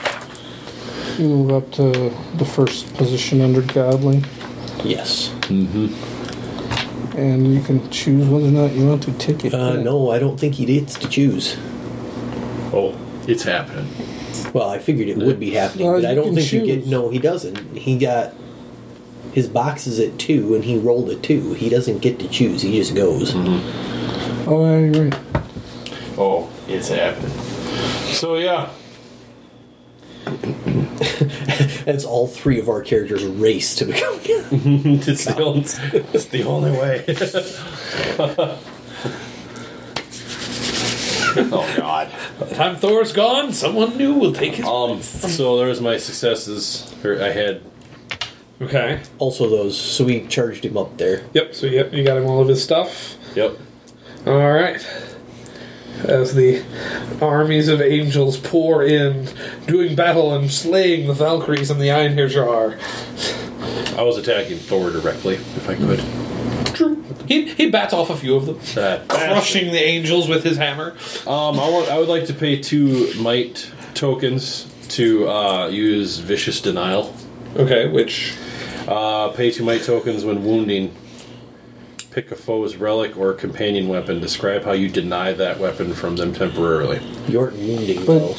Speaker 5: We move up to the first position under godly,
Speaker 3: Yes.
Speaker 5: and you can choose whether or not you want to take it.
Speaker 3: Uh, no, I don't think he gets to choose.
Speaker 6: Oh, it's happening.
Speaker 3: Well, I figured it would be happening,
Speaker 5: Uh,
Speaker 3: but I
Speaker 5: you
Speaker 3: don't
Speaker 5: can
Speaker 3: think he get.
Speaker 5: choose.
Speaker 3: No, he doesn't. He got his box is at two, and he rolled a two. He doesn't get to choose. He just goes.
Speaker 5: Oh, yeah, you're right.
Speaker 6: Oh, it's happening. So, yeah.
Speaker 3: That's all three of our characters race to become.
Speaker 6: It's the, only, it's the only way. oh, God.
Speaker 4: By the time Thor's gone, someone new will take his.
Speaker 6: Um, so there's my successes. Or I had.
Speaker 4: Okay.
Speaker 3: also, those. So we charged him up there.
Speaker 4: Yep. So yep, you got him all of his stuff.
Speaker 6: Yep.
Speaker 4: All right. As the armies of angels pour in, doing battle and slaying the Valkyries and the Einherjar.
Speaker 6: I was attacking Thor directly, if I could.
Speaker 4: True. He, he bats off a few of them,
Speaker 6: That-
Speaker 4: crushing the angels with his hammer.
Speaker 6: Um, I, want, I would like to pay two might tokens to uh, use Vicious Denial.
Speaker 4: Okay, which
Speaker 6: Uh, pay two might tokens when wounding. Pick a foe's relic or companion weapon. Describe how you deny that weapon from them temporarily.
Speaker 3: You aren't wounding
Speaker 5: But-
Speaker 3: though.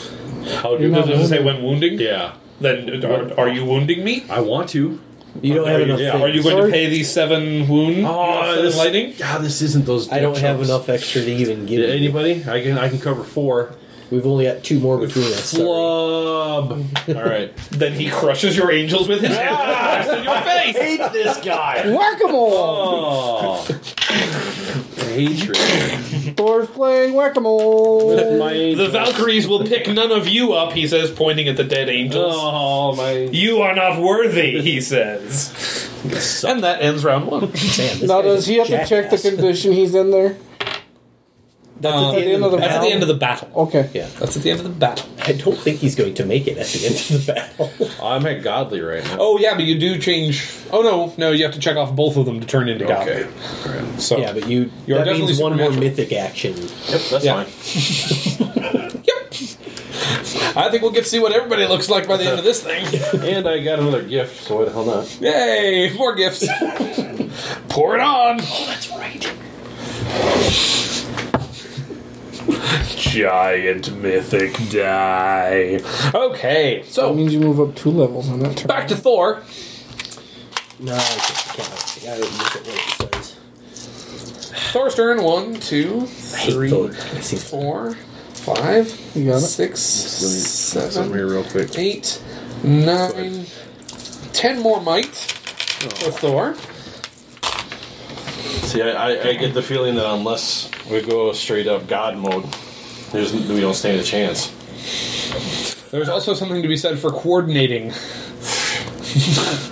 Speaker 6: How do
Speaker 5: You're not
Speaker 4: does it say when wounding?
Speaker 6: Yeah.
Speaker 4: Then are, are you wounding me?
Speaker 6: I want to.
Speaker 3: You don't have
Speaker 6: you-
Speaker 3: enough.
Speaker 6: yeah,
Speaker 3: things.
Speaker 4: Are you going
Speaker 5: Sorry.
Speaker 4: to pay these seven wound uh,
Speaker 6: Oh, this
Speaker 4: lightning?
Speaker 6: God, this isn't those.
Speaker 3: I don't
Speaker 6: dick
Speaker 3: have
Speaker 6: jokes.
Speaker 3: enough extra to even give.
Speaker 6: Yeah,
Speaker 3: you.
Speaker 6: Anybody? I can I can cover four.
Speaker 3: We've only got two more between us. Sorry.
Speaker 6: Flub. All right.
Speaker 4: Then he crushes your angels with his hammer Blast in Ah, your face.
Speaker 6: Hate this guy.
Speaker 5: Whack 'em all!
Speaker 6: Oh. Hatred.
Speaker 5: Thor's playing whack 'em all!
Speaker 6: my
Speaker 4: The Valkyries will pick none of you up, he says, pointing at the dead angels.
Speaker 6: Oh my.
Speaker 4: You are not worthy, he says. And that ends round one.
Speaker 3: Man, this
Speaker 5: Now,
Speaker 3: guy's
Speaker 5: does
Speaker 3: a
Speaker 5: he have to check the
Speaker 3: jackass.
Speaker 5: condition he's in there?
Speaker 3: That's
Speaker 4: Uh,
Speaker 3: at the end of the
Speaker 4: That's at
Speaker 3: battle.
Speaker 4: the end of the battle.
Speaker 5: Okay.
Speaker 3: Yeah,
Speaker 4: That's at the end of the battle.
Speaker 3: I don't think he's going to make it at the end of the battle.
Speaker 6: I'm at godly right now.
Speaker 4: Oh yeah, but you do change. Oh no, no, you have to check off both of them to turn into God.
Speaker 6: Okay.
Speaker 4: So
Speaker 3: yeah, but you.
Speaker 4: You're
Speaker 3: that means
Speaker 4: definitely
Speaker 3: one more
Speaker 4: supernatural.
Speaker 3: mythic action.
Speaker 6: Yep, that's
Speaker 4: Yeah.
Speaker 6: fine.
Speaker 4: I think we'll get to see what everybody looks like by the end of this thing.
Speaker 6: And I got another gift, so why the hell not?
Speaker 4: Yay! More gifts. Pour it on.
Speaker 3: That's right.
Speaker 4: Giant mythic die. Okay,
Speaker 5: That
Speaker 4: so
Speaker 5: means you move up two levels on that turn.
Speaker 4: back to Thor.
Speaker 3: No, I can't. I gotta look at what it says.
Speaker 4: Thor's turn. One, two, three,
Speaker 3: Thor. I see.
Speaker 4: four, five,
Speaker 5: You got it?
Speaker 4: six,
Speaker 6: That's on
Speaker 4: seven,
Speaker 6: me real quick.
Speaker 4: eight, nine, ten more might for Thor.
Speaker 6: See, I, I, I get the feeling that unless we go straight up God mode, there's, we don't stand a chance.
Speaker 4: There's also something to be said for coordinating.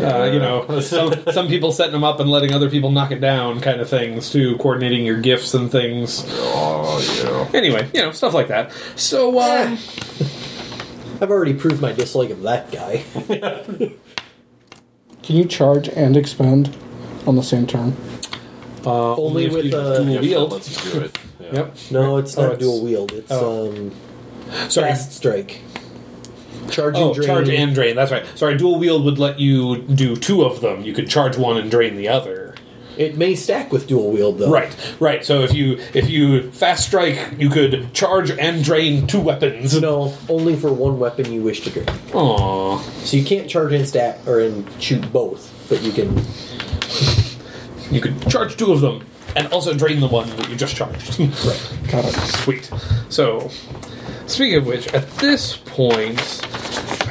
Speaker 4: uh, you know, some, some people setting them up and letting other people knock it down, kind of things too. Coordinating your gifts and things.
Speaker 6: Oh,
Speaker 4: Anyway, you know, stuff like that. So, um,
Speaker 3: I've already proved my dislike of that guy.
Speaker 5: Can you charge and expend on the same turn?
Speaker 3: Only
Speaker 4: if
Speaker 3: with
Speaker 4: you
Speaker 3: uh,
Speaker 6: yeah.
Speaker 4: do-
Speaker 6: If that
Speaker 4: Wield.
Speaker 6: lets you do it. Yeah.
Speaker 4: yep.
Speaker 3: no, it's not
Speaker 4: Oh, it's-
Speaker 3: dual wield. It's
Speaker 4: oh.
Speaker 3: um,
Speaker 4: Sorry.
Speaker 3: fast strike. Charge
Speaker 4: Oh,
Speaker 3: and drain.
Speaker 4: charge and drain. That's right. Sorry, dual wield would let you do two of them. You could charge one and drain the other.
Speaker 3: It may stack with dual wield though.
Speaker 4: Right, right. So if you if you fast strike, you could charge and drain two weapons.
Speaker 3: No, only for one weapon you wish to get.
Speaker 4: Aww.
Speaker 3: So you can't charge and stack or and shoot both, but you can.
Speaker 4: You could charge two of them and also drain the one that you just charged.
Speaker 5: Got it.
Speaker 4: Sweet. So, speaking of which, at this point,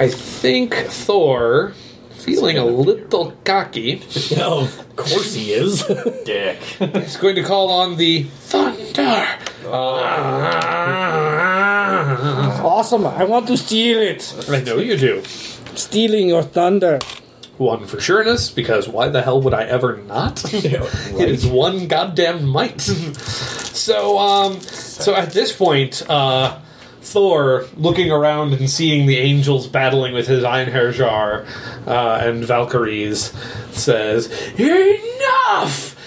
Speaker 4: I think Thor, feeling a little cocky,
Speaker 3: of course he is.
Speaker 6: Dick.
Speaker 4: is going to call on the thunder.
Speaker 5: Awesome. I want to steal it.
Speaker 4: I know you do.
Speaker 5: Stealing your thunder.
Speaker 4: One for sureness, because why the hell would I ever not? It is one goddamn might. so, um, so at this point, uh, Thor, looking around and seeing the angels battling with his Einherjar Jar uh, and Valkyries, says, "Enough!"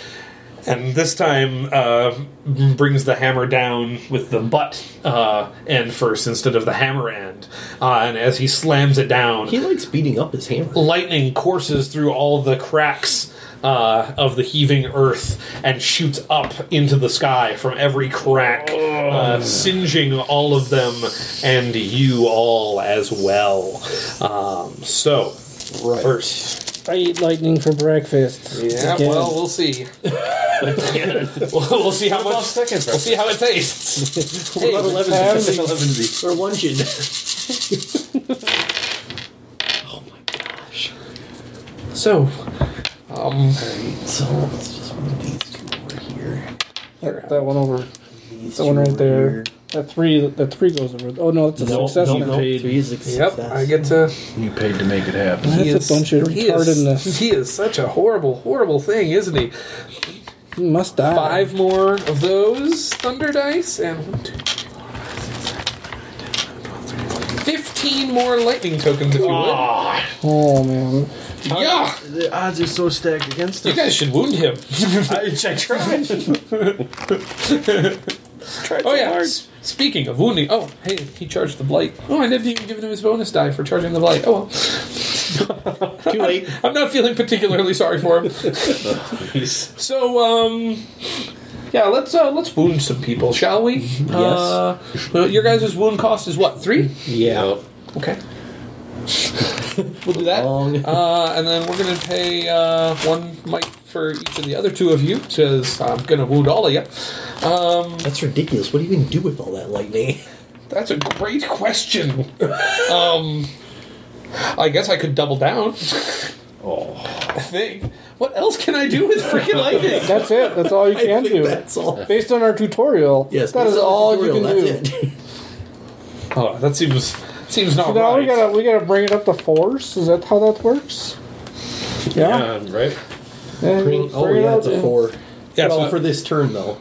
Speaker 4: And this time, uh, brings the hammer down with the butt uh, end first instead of the hammer end. Uh, and as he slams it down,
Speaker 3: he likes beating up his hammer.
Speaker 4: lightning courses through all the cracks uh, of the heaving earth and shoots up into the sky from every crack, uh, singeing all of them and you all as well. Um, so, first.
Speaker 5: I eat lightning for breakfast.
Speaker 4: Yeah,
Speaker 5: Again.
Speaker 4: well, we'll see. we'll, we'll see how much. We'll see how it tastes.
Speaker 3: Hey,
Speaker 4: about
Speaker 5: eleven?
Speaker 3: or luncheon.
Speaker 4: So,
Speaker 3: so let's just move these two over here.
Speaker 5: That, that one over.
Speaker 3: These
Speaker 5: That one
Speaker 3: two
Speaker 5: right
Speaker 3: over
Speaker 5: there.
Speaker 3: here.
Speaker 5: That three. That three goes over. Oh no, that's a
Speaker 3: Nope,
Speaker 5: success.
Speaker 3: nope,
Speaker 5: now.
Speaker 3: nope. Three is a
Speaker 4: yep,
Speaker 3: success.
Speaker 4: I get to.
Speaker 6: You paid to make it happen.
Speaker 5: That's a bunch of
Speaker 4: he is,
Speaker 5: retardedness.
Speaker 4: he is such a horrible, horrible thing, isn't he?
Speaker 5: He must die.
Speaker 4: Five more of those thunder dice and one, two, three, four, five, six, seven, eight, nine, ten, eleven, twelve, thirteen, fourteen. fifteen more lightning tokens if you would.
Speaker 5: Oh man.
Speaker 4: Yeah,
Speaker 7: The odds are so stacked against
Speaker 4: you
Speaker 7: us.
Speaker 4: guys should wound him.
Speaker 7: I, I tried.
Speaker 4: oh yeah. S- speaking of wounding, oh hey, he charged the blight. Oh, I didn't even give him his bonus die for charging the blight. Oh well. Too
Speaker 3: late.
Speaker 4: I'm not feeling particularly sorry for him. So um, yeah, let's uh, let's wound some people, shall we? Yes. Uh, your guys' wound cost is what three?
Speaker 3: Yeah.
Speaker 4: Okay. we'll do that.
Speaker 3: Long.
Speaker 4: Uh, and then we're going to pay uh, one mic for each of the other two of you, because I'm going to wound all of you. Um,
Speaker 3: That's ridiculous. What do you even do with all that lightning?
Speaker 4: that's a great question. um, I guess I could double down. I think. What else can I do with freaking lightning?
Speaker 5: That's it. That's all you
Speaker 3: I
Speaker 5: can
Speaker 3: think
Speaker 5: do.
Speaker 3: that's all.
Speaker 5: Based on our tutorial,
Speaker 3: Yes,
Speaker 5: that
Speaker 3: that's
Speaker 5: is all you
Speaker 3: tutorial,
Speaker 5: can do.
Speaker 3: that's it.
Speaker 4: Oh, that seems seems not
Speaker 5: Now
Speaker 4: right.
Speaker 5: we gotta we gotta bring it up to force. Is that how that works? Yeah.
Speaker 6: Um, right?
Speaker 5: Yeah,
Speaker 3: Bring- oh,
Speaker 5: bring it
Speaker 3: yeah,
Speaker 5: up.
Speaker 3: it's a four.
Speaker 4: Yeah,
Speaker 3: well,
Speaker 4: so-
Speaker 3: for this turn though.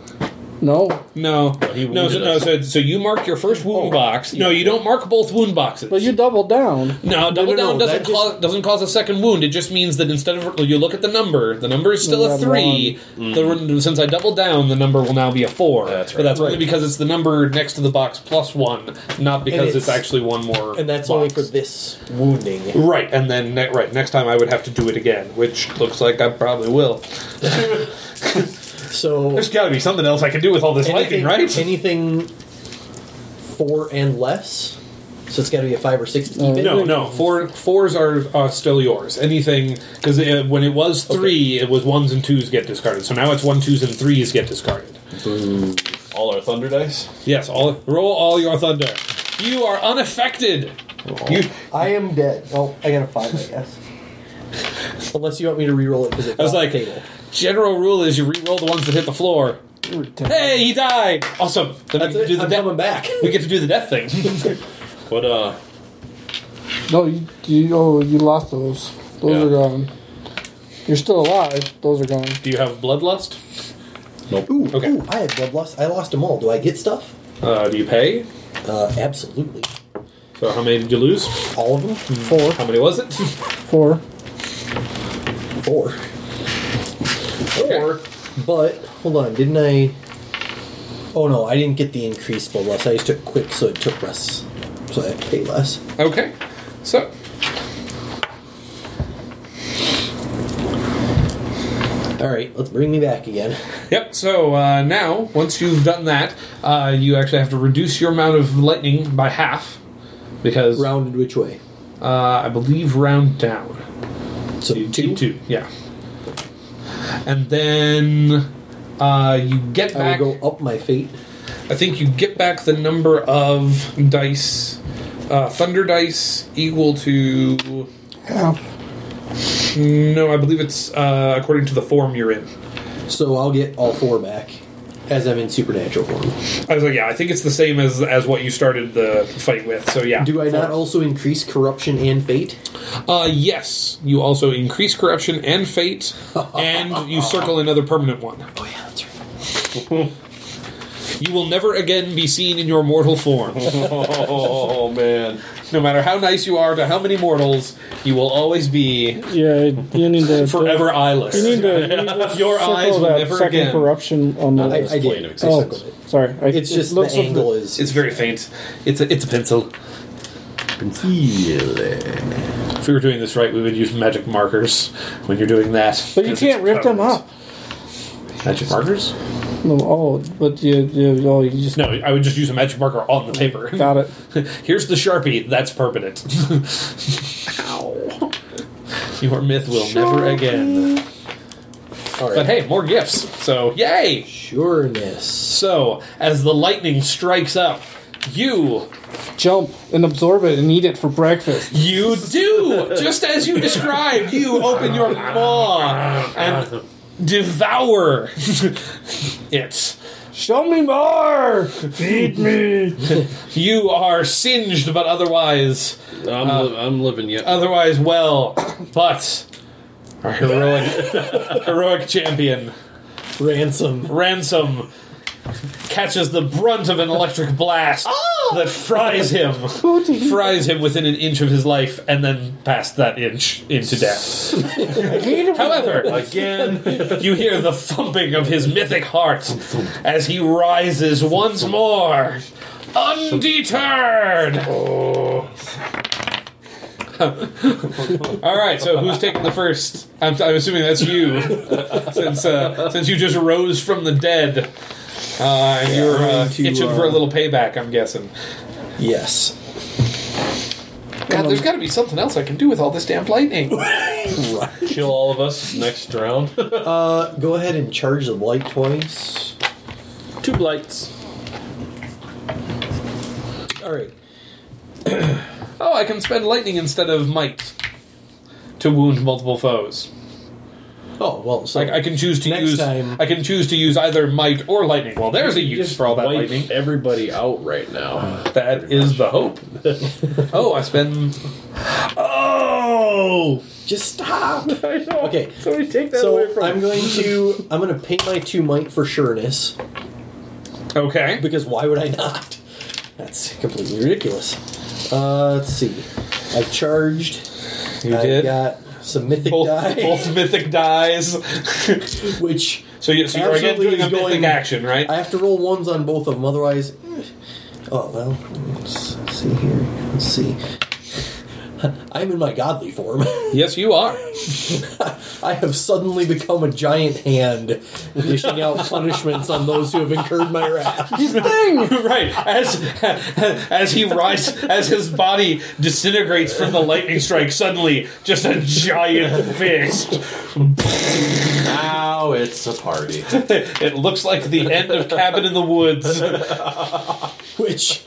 Speaker 5: No,
Speaker 4: No,
Speaker 6: he
Speaker 4: no, so,
Speaker 6: wounded
Speaker 4: no.
Speaker 6: us.
Speaker 4: So, so you mark your first
Speaker 3: Oh.
Speaker 4: wound box. No, you don't mark both wound boxes.
Speaker 5: but you double down.
Speaker 4: No, double
Speaker 3: no,
Speaker 4: down
Speaker 3: no,
Speaker 4: doesn't
Speaker 3: that just-
Speaker 4: cause doesn't cause a second wound. It just means that instead of you look at the number, the number is still
Speaker 5: Yeah,
Speaker 4: a
Speaker 5: I'm
Speaker 4: three. The, since I doubled down, the number will now be a four.
Speaker 6: That's
Speaker 4: But
Speaker 6: right.
Speaker 4: that's only because it's the number next to the box plus one, not because it's,
Speaker 3: it's-
Speaker 4: actually one more.
Speaker 3: And that's
Speaker 4: box.
Speaker 3: only for this wounding.
Speaker 4: Right, and then ne- right next time I would have to do it again, which looks like I probably will.
Speaker 3: So
Speaker 4: There's got to be something else I can do with all this lightning, right?
Speaker 3: Anything four and less. So it's got to be a five or six. to keep it?
Speaker 4: No, no. Four fours are uh, still yours. Anything because uh, when it was three, it was ones and twos get discarded. So now it's one, twos, and threes get discarded.
Speaker 6: All our thunder dice?
Speaker 4: Yes, all roll all your thunder. You are unaffected. You,
Speaker 3: I am dead. Oh, I got a five, I guess. Unless you want me to re-roll it because it
Speaker 4: I was
Speaker 3: fell off
Speaker 4: like,
Speaker 3: the table.
Speaker 4: general rule is you re-roll the ones that hit the floor. Hey, he died. Awesome. Then we
Speaker 3: That's
Speaker 4: get, to
Speaker 3: it.
Speaker 4: do the
Speaker 3: I'm
Speaker 4: death,
Speaker 3: coming back.
Speaker 4: we get to do the death thing.
Speaker 6: What, uh,
Speaker 5: No, you, you oh you lost those. Those
Speaker 6: Yeah.
Speaker 5: are gone. You're still alive. Those are gone.
Speaker 4: do you have bloodlust?
Speaker 3: Ooh,
Speaker 4: Okay.
Speaker 3: ooh, I had bloodlust. I lost them all. Do I get stuff?
Speaker 4: Uh, do you pay?
Speaker 3: Uh, absolutely.
Speaker 4: So how many did you lose?
Speaker 3: All of them?
Speaker 5: Four,
Speaker 4: How many was it?
Speaker 5: four.
Speaker 3: Four. Four. But, hold on, didn't I... Oh no, I didn't get the increased bloodlust. I just took quick, so it took less. So I had to pay less.
Speaker 4: Okay, so.
Speaker 3: All right, let's bring me back again.
Speaker 4: Yep. So uh, now, once you've done that, uh, you actually have to reduce your amount of lightning by half because uh,
Speaker 3: Rounded which way?
Speaker 4: I believe round down.
Speaker 3: So
Speaker 4: You do two. Yeah. And then uh, you get
Speaker 3: I
Speaker 4: back.
Speaker 3: will go up my fate.
Speaker 4: I think you get back the number of dice, uh, thunder dice, equal to.
Speaker 5: Yeah.
Speaker 4: No, I believe it's uh, according to the form you're in.
Speaker 3: So I'll get all four back as I'm in supernatural form.
Speaker 4: I was like, yeah, I think it's the same as as what you started the fight with. So yeah.
Speaker 3: Do I not also increase corruption and fate?
Speaker 4: Uh, yes. You also increase corruption and fate, and you circle another permanent one.
Speaker 3: Oh yeah, that's right.
Speaker 4: You will never again be seen in your mortal form.
Speaker 6: Oh man,
Speaker 4: No matter how nice you are to how many mortals, you will always be
Speaker 5: Yeah, you need to
Speaker 4: forever
Speaker 5: You need
Speaker 4: eyeless.
Speaker 5: to, you need to
Speaker 4: Your
Speaker 5: circle
Speaker 4: eyes will
Speaker 5: that
Speaker 4: never
Speaker 5: second
Speaker 4: again-
Speaker 5: corruption on the
Speaker 3: I,
Speaker 5: list.
Speaker 3: I did.
Speaker 6: Plato.
Speaker 3: I
Speaker 5: oh,
Speaker 3: circled it.
Speaker 5: sorry. I,
Speaker 3: It's
Speaker 5: it
Speaker 3: just the
Speaker 5: looks like
Speaker 3: angle is.
Speaker 4: It's very faint. It's a it's a pencil. If we were doing this right, we would use magic markers when you're doing that.
Speaker 5: But you
Speaker 4: because it's
Speaker 5: can't rip them
Speaker 4: permanent.
Speaker 5: up.
Speaker 4: Magic markers?
Speaker 5: No, oh, but you, you, oh, you just
Speaker 4: No, I would just use a magic marker on the paper.
Speaker 5: got it.
Speaker 4: Here's the sharpie. That's permanent. Ow. Your myth will never again.
Speaker 3: All right.
Speaker 4: But hey, more gifts. So yay!
Speaker 3: Sureness.
Speaker 4: So as the lightning strikes up, you
Speaker 5: Jump and absorb it and eat it for breakfast.
Speaker 4: you do just as you described. You open your maw and devour it.
Speaker 5: Show me more. Feed me.
Speaker 4: You are singed, but otherwise uh,
Speaker 6: I'm, li- I'm living yet.
Speaker 4: otherwise well. But our heroic heroic champion.
Speaker 3: Ransom.
Speaker 4: Ransom catches the brunt of an electric blast
Speaker 5: Oh!
Speaker 4: that fries him, fries him within an inch of his life, and then past that inch into death. However,
Speaker 6: Again,
Speaker 4: you hear the thumping of his mythic heart as he rises once more, undeterred. All right, so who's taking the first? I'm, I'm assuming that's you, since uh, since you just rose from the dead. Uh, and you're uh,
Speaker 3: going to,
Speaker 4: itching for
Speaker 3: uh,
Speaker 4: a little payback, I'm guessing.
Speaker 3: Yes.
Speaker 4: God, there's got to be something else I can do with all this damn lightning.
Speaker 6: kill all of us next round.
Speaker 3: Uh, go ahead and charge the light twice.
Speaker 6: Two blights.
Speaker 3: All right.
Speaker 4: Oh, I can spend lightning instead of might to wound multiple foes.
Speaker 3: Oh well. So
Speaker 4: I, I can choose to
Speaker 3: Next
Speaker 4: use.
Speaker 3: time-
Speaker 4: I can choose to use either might or lightning. Well, there's a use
Speaker 6: Just
Speaker 4: for all that
Speaker 6: wipe
Speaker 4: lightning.
Speaker 6: everybody out right now.
Speaker 4: That is the hope. oh, I spend. Oh,
Speaker 3: just stop.
Speaker 6: I know.
Speaker 3: Okay.
Speaker 6: Somebody take that
Speaker 3: So
Speaker 6: away from
Speaker 3: I'm going to I'm going to pay my two might for sureness
Speaker 4: okay.
Speaker 3: because why would I not? That's completely ridiculous. Uh, let's see. I've charged.
Speaker 4: You
Speaker 3: I've
Speaker 4: did
Speaker 3: got some mythic
Speaker 4: both,
Speaker 3: die,
Speaker 4: both mythic dies.
Speaker 3: which
Speaker 4: so, you, so you're again
Speaker 3: Absolutely
Speaker 4: doing a
Speaker 3: is
Speaker 4: mythic
Speaker 3: going-
Speaker 4: action, right?
Speaker 3: I have to roll ones on both of them. Otherwise, eh. oh well. Let's see here. Let's see. I'm in my godly form.
Speaker 4: yes, you are.
Speaker 3: I have suddenly become a giant hand, dishing out punishments on those who have incurred my wrath.
Speaker 4: right as as he rises, as his body disintegrates from the lightning strike. Suddenly, just a giant fist.
Speaker 6: now it's a party.
Speaker 4: It looks like the end of Cabin in the Woods.
Speaker 3: Which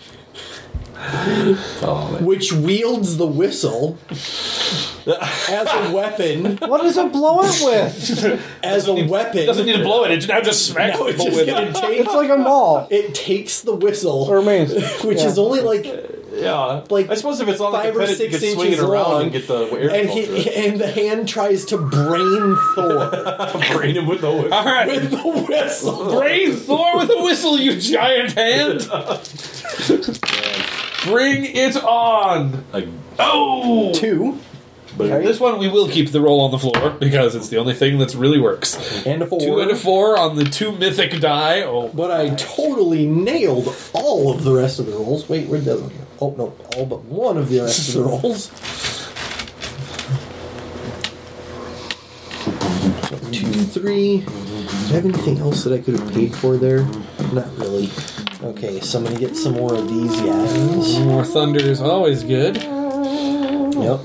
Speaker 6: Oh, man.
Speaker 3: which wields the whistle as a weapon.
Speaker 5: What does it blow it with?
Speaker 3: As a weapon,
Speaker 4: Doesn't need to blow it. It now just smacks
Speaker 3: No, it
Speaker 4: people
Speaker 3: just
Speaker 4: with
Speaker 3: it
Speaker 4: it.
Speaker 5: It's
Speaker 3: takes
Speaker 5: like a ball.
Speaker 3: it takes the
Speaker 5: Or
Speaker 3: whistle,
Speaker 5: mace.
Speaker 3: which
Speaker 5: Yeah.
Speaker 3: is only like
Speaker 6: yeah.
Speaker 3: Like
Speaker 6: I suppose if it's on like
Speaker 3: five
Speaker 6: a
Speaker 3: or
Speaker 6: pennant,
Speaker 3: six
Speaker 6: you could swing it
Speaker 3: inches
Speaker 6: around
Speaker 3: long,
Speaker 6: and get the air
Speaker 3: and
Speaker 6: bubble
Speaker 3: he and the hand tries to brain Thor
Speaker 6: through it. brain him with the whip.
Speaker 4: All right.
Speaker 3: with the whistle.
Speaker 4: Brave Thor with a whistle, you giant hand! Bring it on!
Speaker 6: Like,
Speaker 4: Oh!
Speaker 3: Two
Speaker 4: This one we will keep the roll on the floor because it's the only thing that really works.
Speaker 3: and a four.
Speaker 4: Two and a four on the two mythic die. Oh,
Speaker 3: But I totally nailed all of the rest of the rolls. Wait, where'd the other one go? Oh no, all but one of the rest of the rolls. two, three. Do I have anything else that I could have paid for there? Not really. Okay, so I'm gonna get some more of these guys.
Speaker 4: More thunder is always good.
Speaker 3: Yep.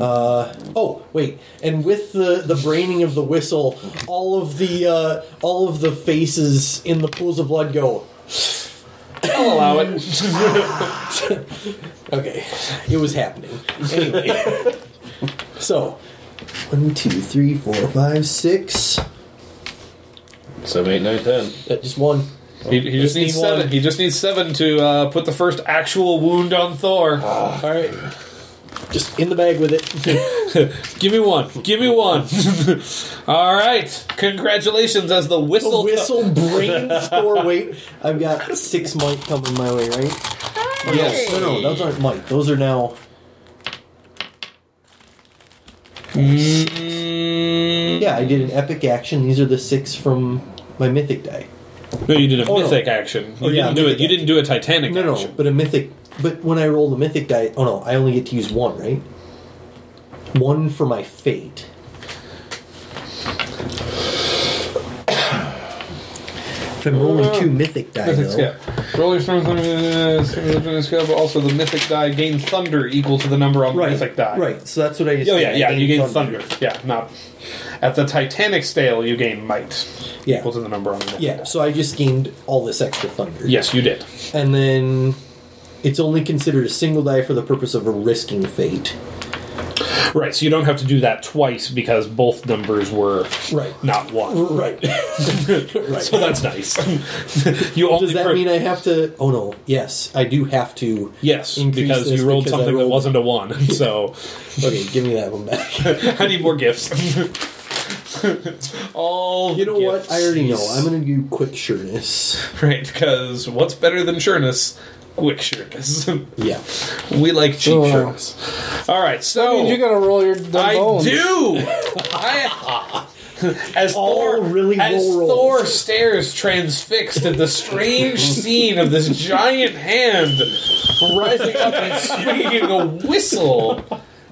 Speaker 3: Uh, oh wait, and with the the braining of the whistle, all of the uh, all of the faces in the pools of blood go.
Speaker 4: I'll allow it.
Speaker 3: Okay, it was happening. Anyway, so one, two, three, four, five, six.
Speaker 6: Seven, eight, nine, ten.
Speaker 3: Uh, just one.
Speaker 4: He, he just needs
Speaker 3: Need one.
Speaker 4: seven. He just needs seven to uh, put the first actual wound on Thor.
Speaker 3: All right, just in the bag with it.
Speaker 4: Give me one. Give me one. All right. Congratulations as the
Speaker 3: The
Speaker 4: whistle.
Speaker 3: Oh, whistle brains Thor. Wait, I've got six mic coming my way, right?
Speaker 4: Yes.
Speaker 3: No, no, those aren't mic. Those are now.
Speaker 4: Mm,
Speaker 3: Yeah, I did an epic action. These are the six from my mythic die.
Speaker 4: no, you did a
Speaker 3: Oh, no.
Speaker 4: mythic action. You
Speaker 3: yeah,
Speaker 4: didn't do it.
Speaker 3: mythic
Speaker 4: You didn't do a Titanic
Speaker 3: No, no,
Speaker 4: action.
Speaker 3: but a mythic. But when I roll the mythic die, oh no, I only get to use one, right? One for my fate. If I'm rolling
Speaker 4: Uh,
Speaker 3: two mythic die,
Speaker 4: Mythic
Speaker 3: though,
Speaker 4: scale. Roller storm thunder uh, thunder scale, but also the mythic die gain thunder equal to the number on the
Speaker 3: right,
Speaker 4: mythic die.
Speaker 3: right. So that's what I just.
Speaker 4: Oh
Speaker 3: did.
Speaker 4: yeah,
Speaker 3: I
Speaker 4: yeah. You gain
Speaker 3: gained
Speaker 4: thunder. Yeah, not at the Titanic scale. You gain might
Speaker 3: Yeah.
Speaker 4: equal to the number on the mythic
Speaker 3: Yeah,
Speaker 4: die.
Speaker 3: so I just gained all this extra thunder.
Speaker 4: Yes, you did.
Speaker 3: and then it's only considered a single die for the purpose of risking fate.
Speaker 4: Right, so you don't have to do that twice because both numbers were
Speaker 3: Right.
Speaker 4: not one.
Speaker 3: Right. right.
Speaker 4: So that's nice. you only
Speaker 3: Does that
Speaker 4: per-
Speaker 3: mean I have to? Oh no. Yes, I do have to.
Speaker 4: yes
Speaker 3: increase
Speaker 4: because
Speaker 3: this
Speaker 4: you rolled
Speaker 3: because I
Speaker 4: something that
Speaker 3: rolled-
Speaker 4: wasn't a one. So
Speaker 3: Okay, give me that one back.
Speaker 4: I need more gifts. All
Speaker 3: You know
Speaker 4: gifts.
Speaker 3: what? I already know. I'm gonna do quick sureness.
Speaker 4: right because what's better than sureness? Quick sureness.
Speaker 3: Yeah.
Speaker 4: we like cheap
Speaker 5: Oh.
Speaker 4: sureness. All right, so
Speaker 5: You gotta roll your dumb
Speaker 4: I
Speaker 5: bones.
Speaker 4: do. I as Thor
Speaker 3: All really
Speaker 4: as
Speaker 3: low rolls.
Speaker 4: Thor stares transfixed at the strange scene of this giant hand rising up and swinging a whistle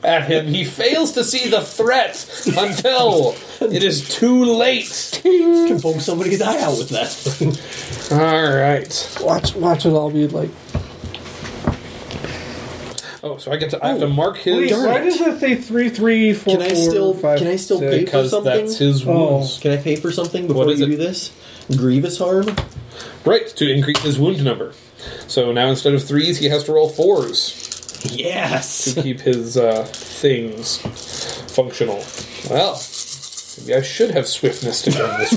Speaker 4: at him. He fails to see the threat until it is too late.
Speaker 3: Can poke somebody's eye out with that. thing.
Speaker 4: All right.
Speaker 5: Watch, watch it all be like.
Speaker 4: Oh, so I get to I have to mark his
Speaker 5: Wait, why does that say three, three, four,
Speaker 3: Can I still? Can I still pay for
Speaker 4: because
Speaker 3: something?
Speaker 4: that's his
Speaker 5: Oh.
Speaker 4: wounds.
Speaker 3: Can I pay for something before you
Speaker 4: What is it?
Speaker 3: do this? Grievous harm.
Speaker 4: Right, to increase his wound number. So now instead of threes, he has to roll fours.
Speaker 3: Yes.
Speaker 4: to keep his uh, things functional. Well, maybe I should have swiftness to go this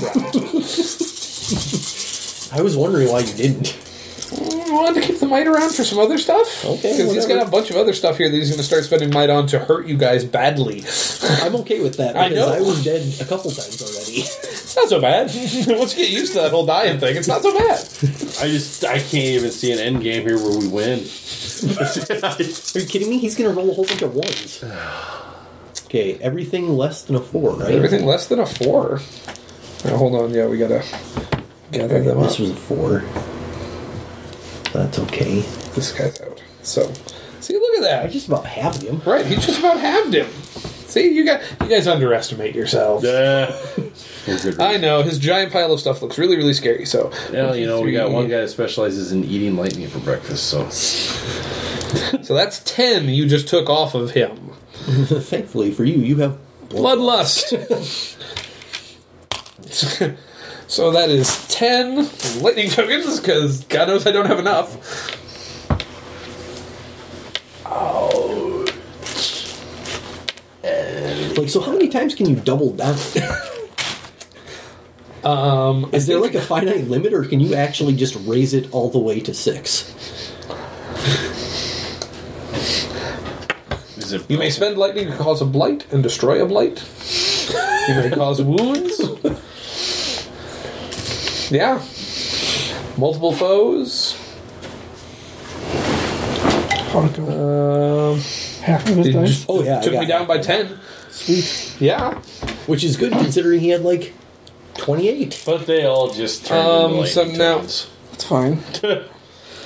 Speaker 4: round.
Speaker 3: I was wondering why you didn't.
Speaker 4: I wanted to keep the might around for some other stuff.
Speaker 3: Okay,
Speaker 4: because he's
Speaker 3: whatever.
Speaker 4: got a bunch of other stuff here that he's going to start spending might on to hurt you guys badly.
Speaker 3: I'm okay with that
Speaker 4: I
Speaker 3: because
Speaker 4: know.
Speaker 3: I was dead a couple times already.
Speaker 4: It's not so bad. Once you get used to that whole dying thing, it's not so bad.
Speaker 6: I just I can't even see an end game here where we win.
Speaker 3: Are you kidding me? He's gonna roll a whole bunch of ones. Okay, everything less than a four, right?
Speaker 4: Everything less than a four. Now, hold on, yeah, we gotta gather them up.
Speaker 3: This was a four. That's okay.
Speaker 4: This guy's out. So, see, look at that.
Speaker 3: I just about halved him.
Speaker 4: Right, he just about halved him. See, you got you guys underestimate yourselves.
Speaker 6: Uh,
Speaker 4: I know his giant pile of stuff looks really, really scary. So
Speaker 6: Well, you know, we got
Speaker 4: Three.
Speaker 6: one guy that specializes in eating lightning for breakfast, so
Speaker 4: so that's ten you just took off of him.
Speaker 3: Thankfully for you, you have
Speaker 4: Bloodlust. so that is ten lightning tokens because God knows I don't have enough.
Speaker 3: like. So how many times can you double down?
Speaker 4: Um,
Speaker 3: Is there like a finite limit, or can you actually just raise it all the way to six?
Speaker 6: is it
Speaker 4: you may spend lightning to cause a blight and destroy a blight. You may cause wounds. Yeah, multiple foes. Um,
Speaker 5: Oh, half of his
Speaker 4: It
Speaker 5: dice?
Speaker 4: just
Speaker 3: Oh, yeah, I
Speaker 4: took
Speaker 3: got
Speaker 4: me down
Speaker 3: it.
Speaker 4: by ten.
Speaker 5: Sweet.
Speaker 4: Yeah.
Speaker 3: Which is good considering he had like twenty-eight.
Speaker 6: But they all just turned
Speaker 4: Um,
Speaker 6: into
Speaker 4: so
Speaker 6: lightning
Speaker 4: now-
Speaker 6: tokens.
Speaker 5: It's fine.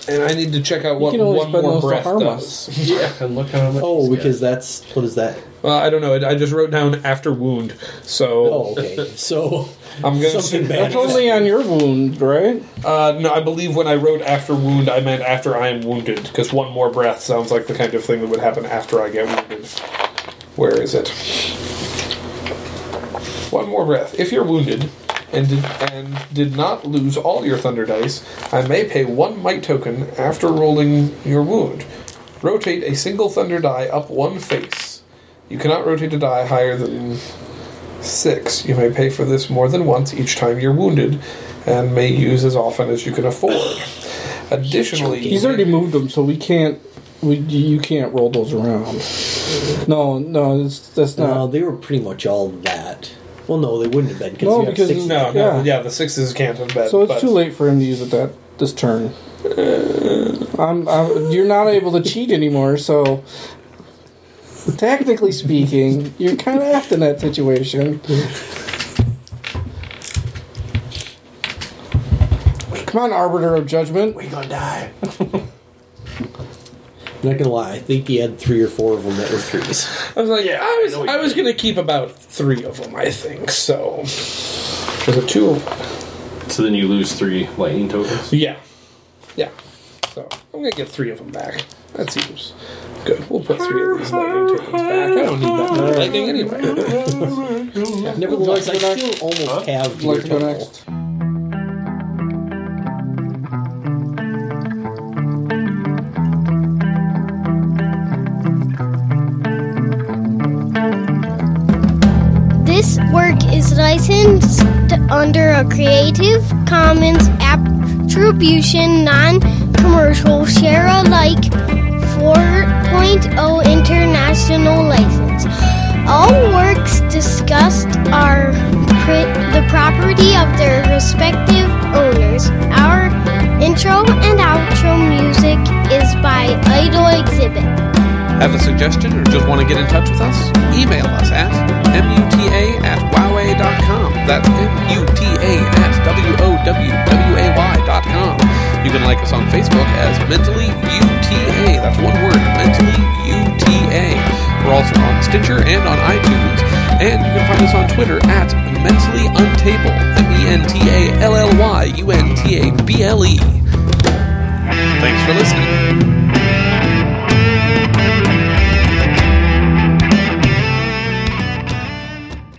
Speaker 8: And I need to check out what
Speaker 5: can always
Speaker 8: one
Speaker 5: spend
Speaker 8: more
Speaker 5: those to
Speaker 8: breath
Speaker 5: harm
Speaker 8: does. yeah, and look how much.
Speaker 3: Oh,
Speaker 8: he's
Speaker 3: because that's what is that?
Speaker 8: got. Well, I don't know. I just wrote down after wound, so
Speaker 3: Oh, okay. So
Speaker 8: I'm gonna
Speaker 3: something
Speaker 8: assume-
Speaker 3: bad.
Speaker 5: That's only on your wound, right?
Speaker 8: Uh, no, I believe when I wrote after wound, I meant after I am wounded, because one more breath sounds like the kind of thing that would happen after I get wounded. Where is it? One more breath. If you're wounded and did, and did not lose all your thunder dice, I may pay one might token after rolling your wound. Rotate a single thunder die up one face. You cannot rotate a die higher than Six, you may pay for this more than once each time you're wounded, and may use as often as you can afford. Additionally,
Speaker 5: He's already
Speaker 8: Mm-hmm.
Speaker 5: moved them, so we can't. We you can't roll those around. No, no, that's, that's
Speaker 3: No,
Speaker 5: not.
Speaker 3: uh, they were pretty much all that. Well, no, they wouldn't have been because
Speaker 5: No,
Speaker 3: you have
Speaker 5: because-
Speaker 3: six.
Speaker 8: no, no, yeah.
Speaker 5: Yeah.
Speaker 8: the sixes can't have been.
Speaker 5: So it's
Speaker 8: but-
Speaker 5: too late for him to use it that this turn. I'm, I'm, you're not able to cheat anymore, so technically speaking, you're kind of aft in that situation. Come on, arbiter of judgment.
Speaker 3: We're gonna die. Not gonna lie, I think he had three or four of them that were threes.
Speaker 8: I was like, yeah, I was, I was gonna keep about three of them, I think. So was it two?
Speaker 6: So then you lose three lightning tokens.
Speaker 8: Yeah, yeah. So I'm gonna get three of them back. That seems good. We'll put three of these lightning tokens back. I don't need that much lightning anyway.
Speaker 3: Nevertheless, I
Speaker 5: Like the
Speaker 3: still almost have your
Speaker 5: Like to go
Speaker 3: total.
Speaker 5: next.
Speaker 2: This work is licensed under a Creative Commons Attribution Non Commercial Share Alike 4.0 International License. All works discussed are pri- the property of their respective owners. Our intro and outro music is by Idol Exhibit.
Speaker 9: Have a suggestion or just want to get in touch with us? Email us at muta at woway.com. That's muta at woway.com. You can like us on Facebook as Mentally UTA. That's one word, Mentally UTA. We're also on Stitcher and on iTunes. And you can find us on Twitter at Mentally E Untable. M-E-N-T-A-L-L-Y-U-N-T-A-B-L-E. Thanks E. for listening.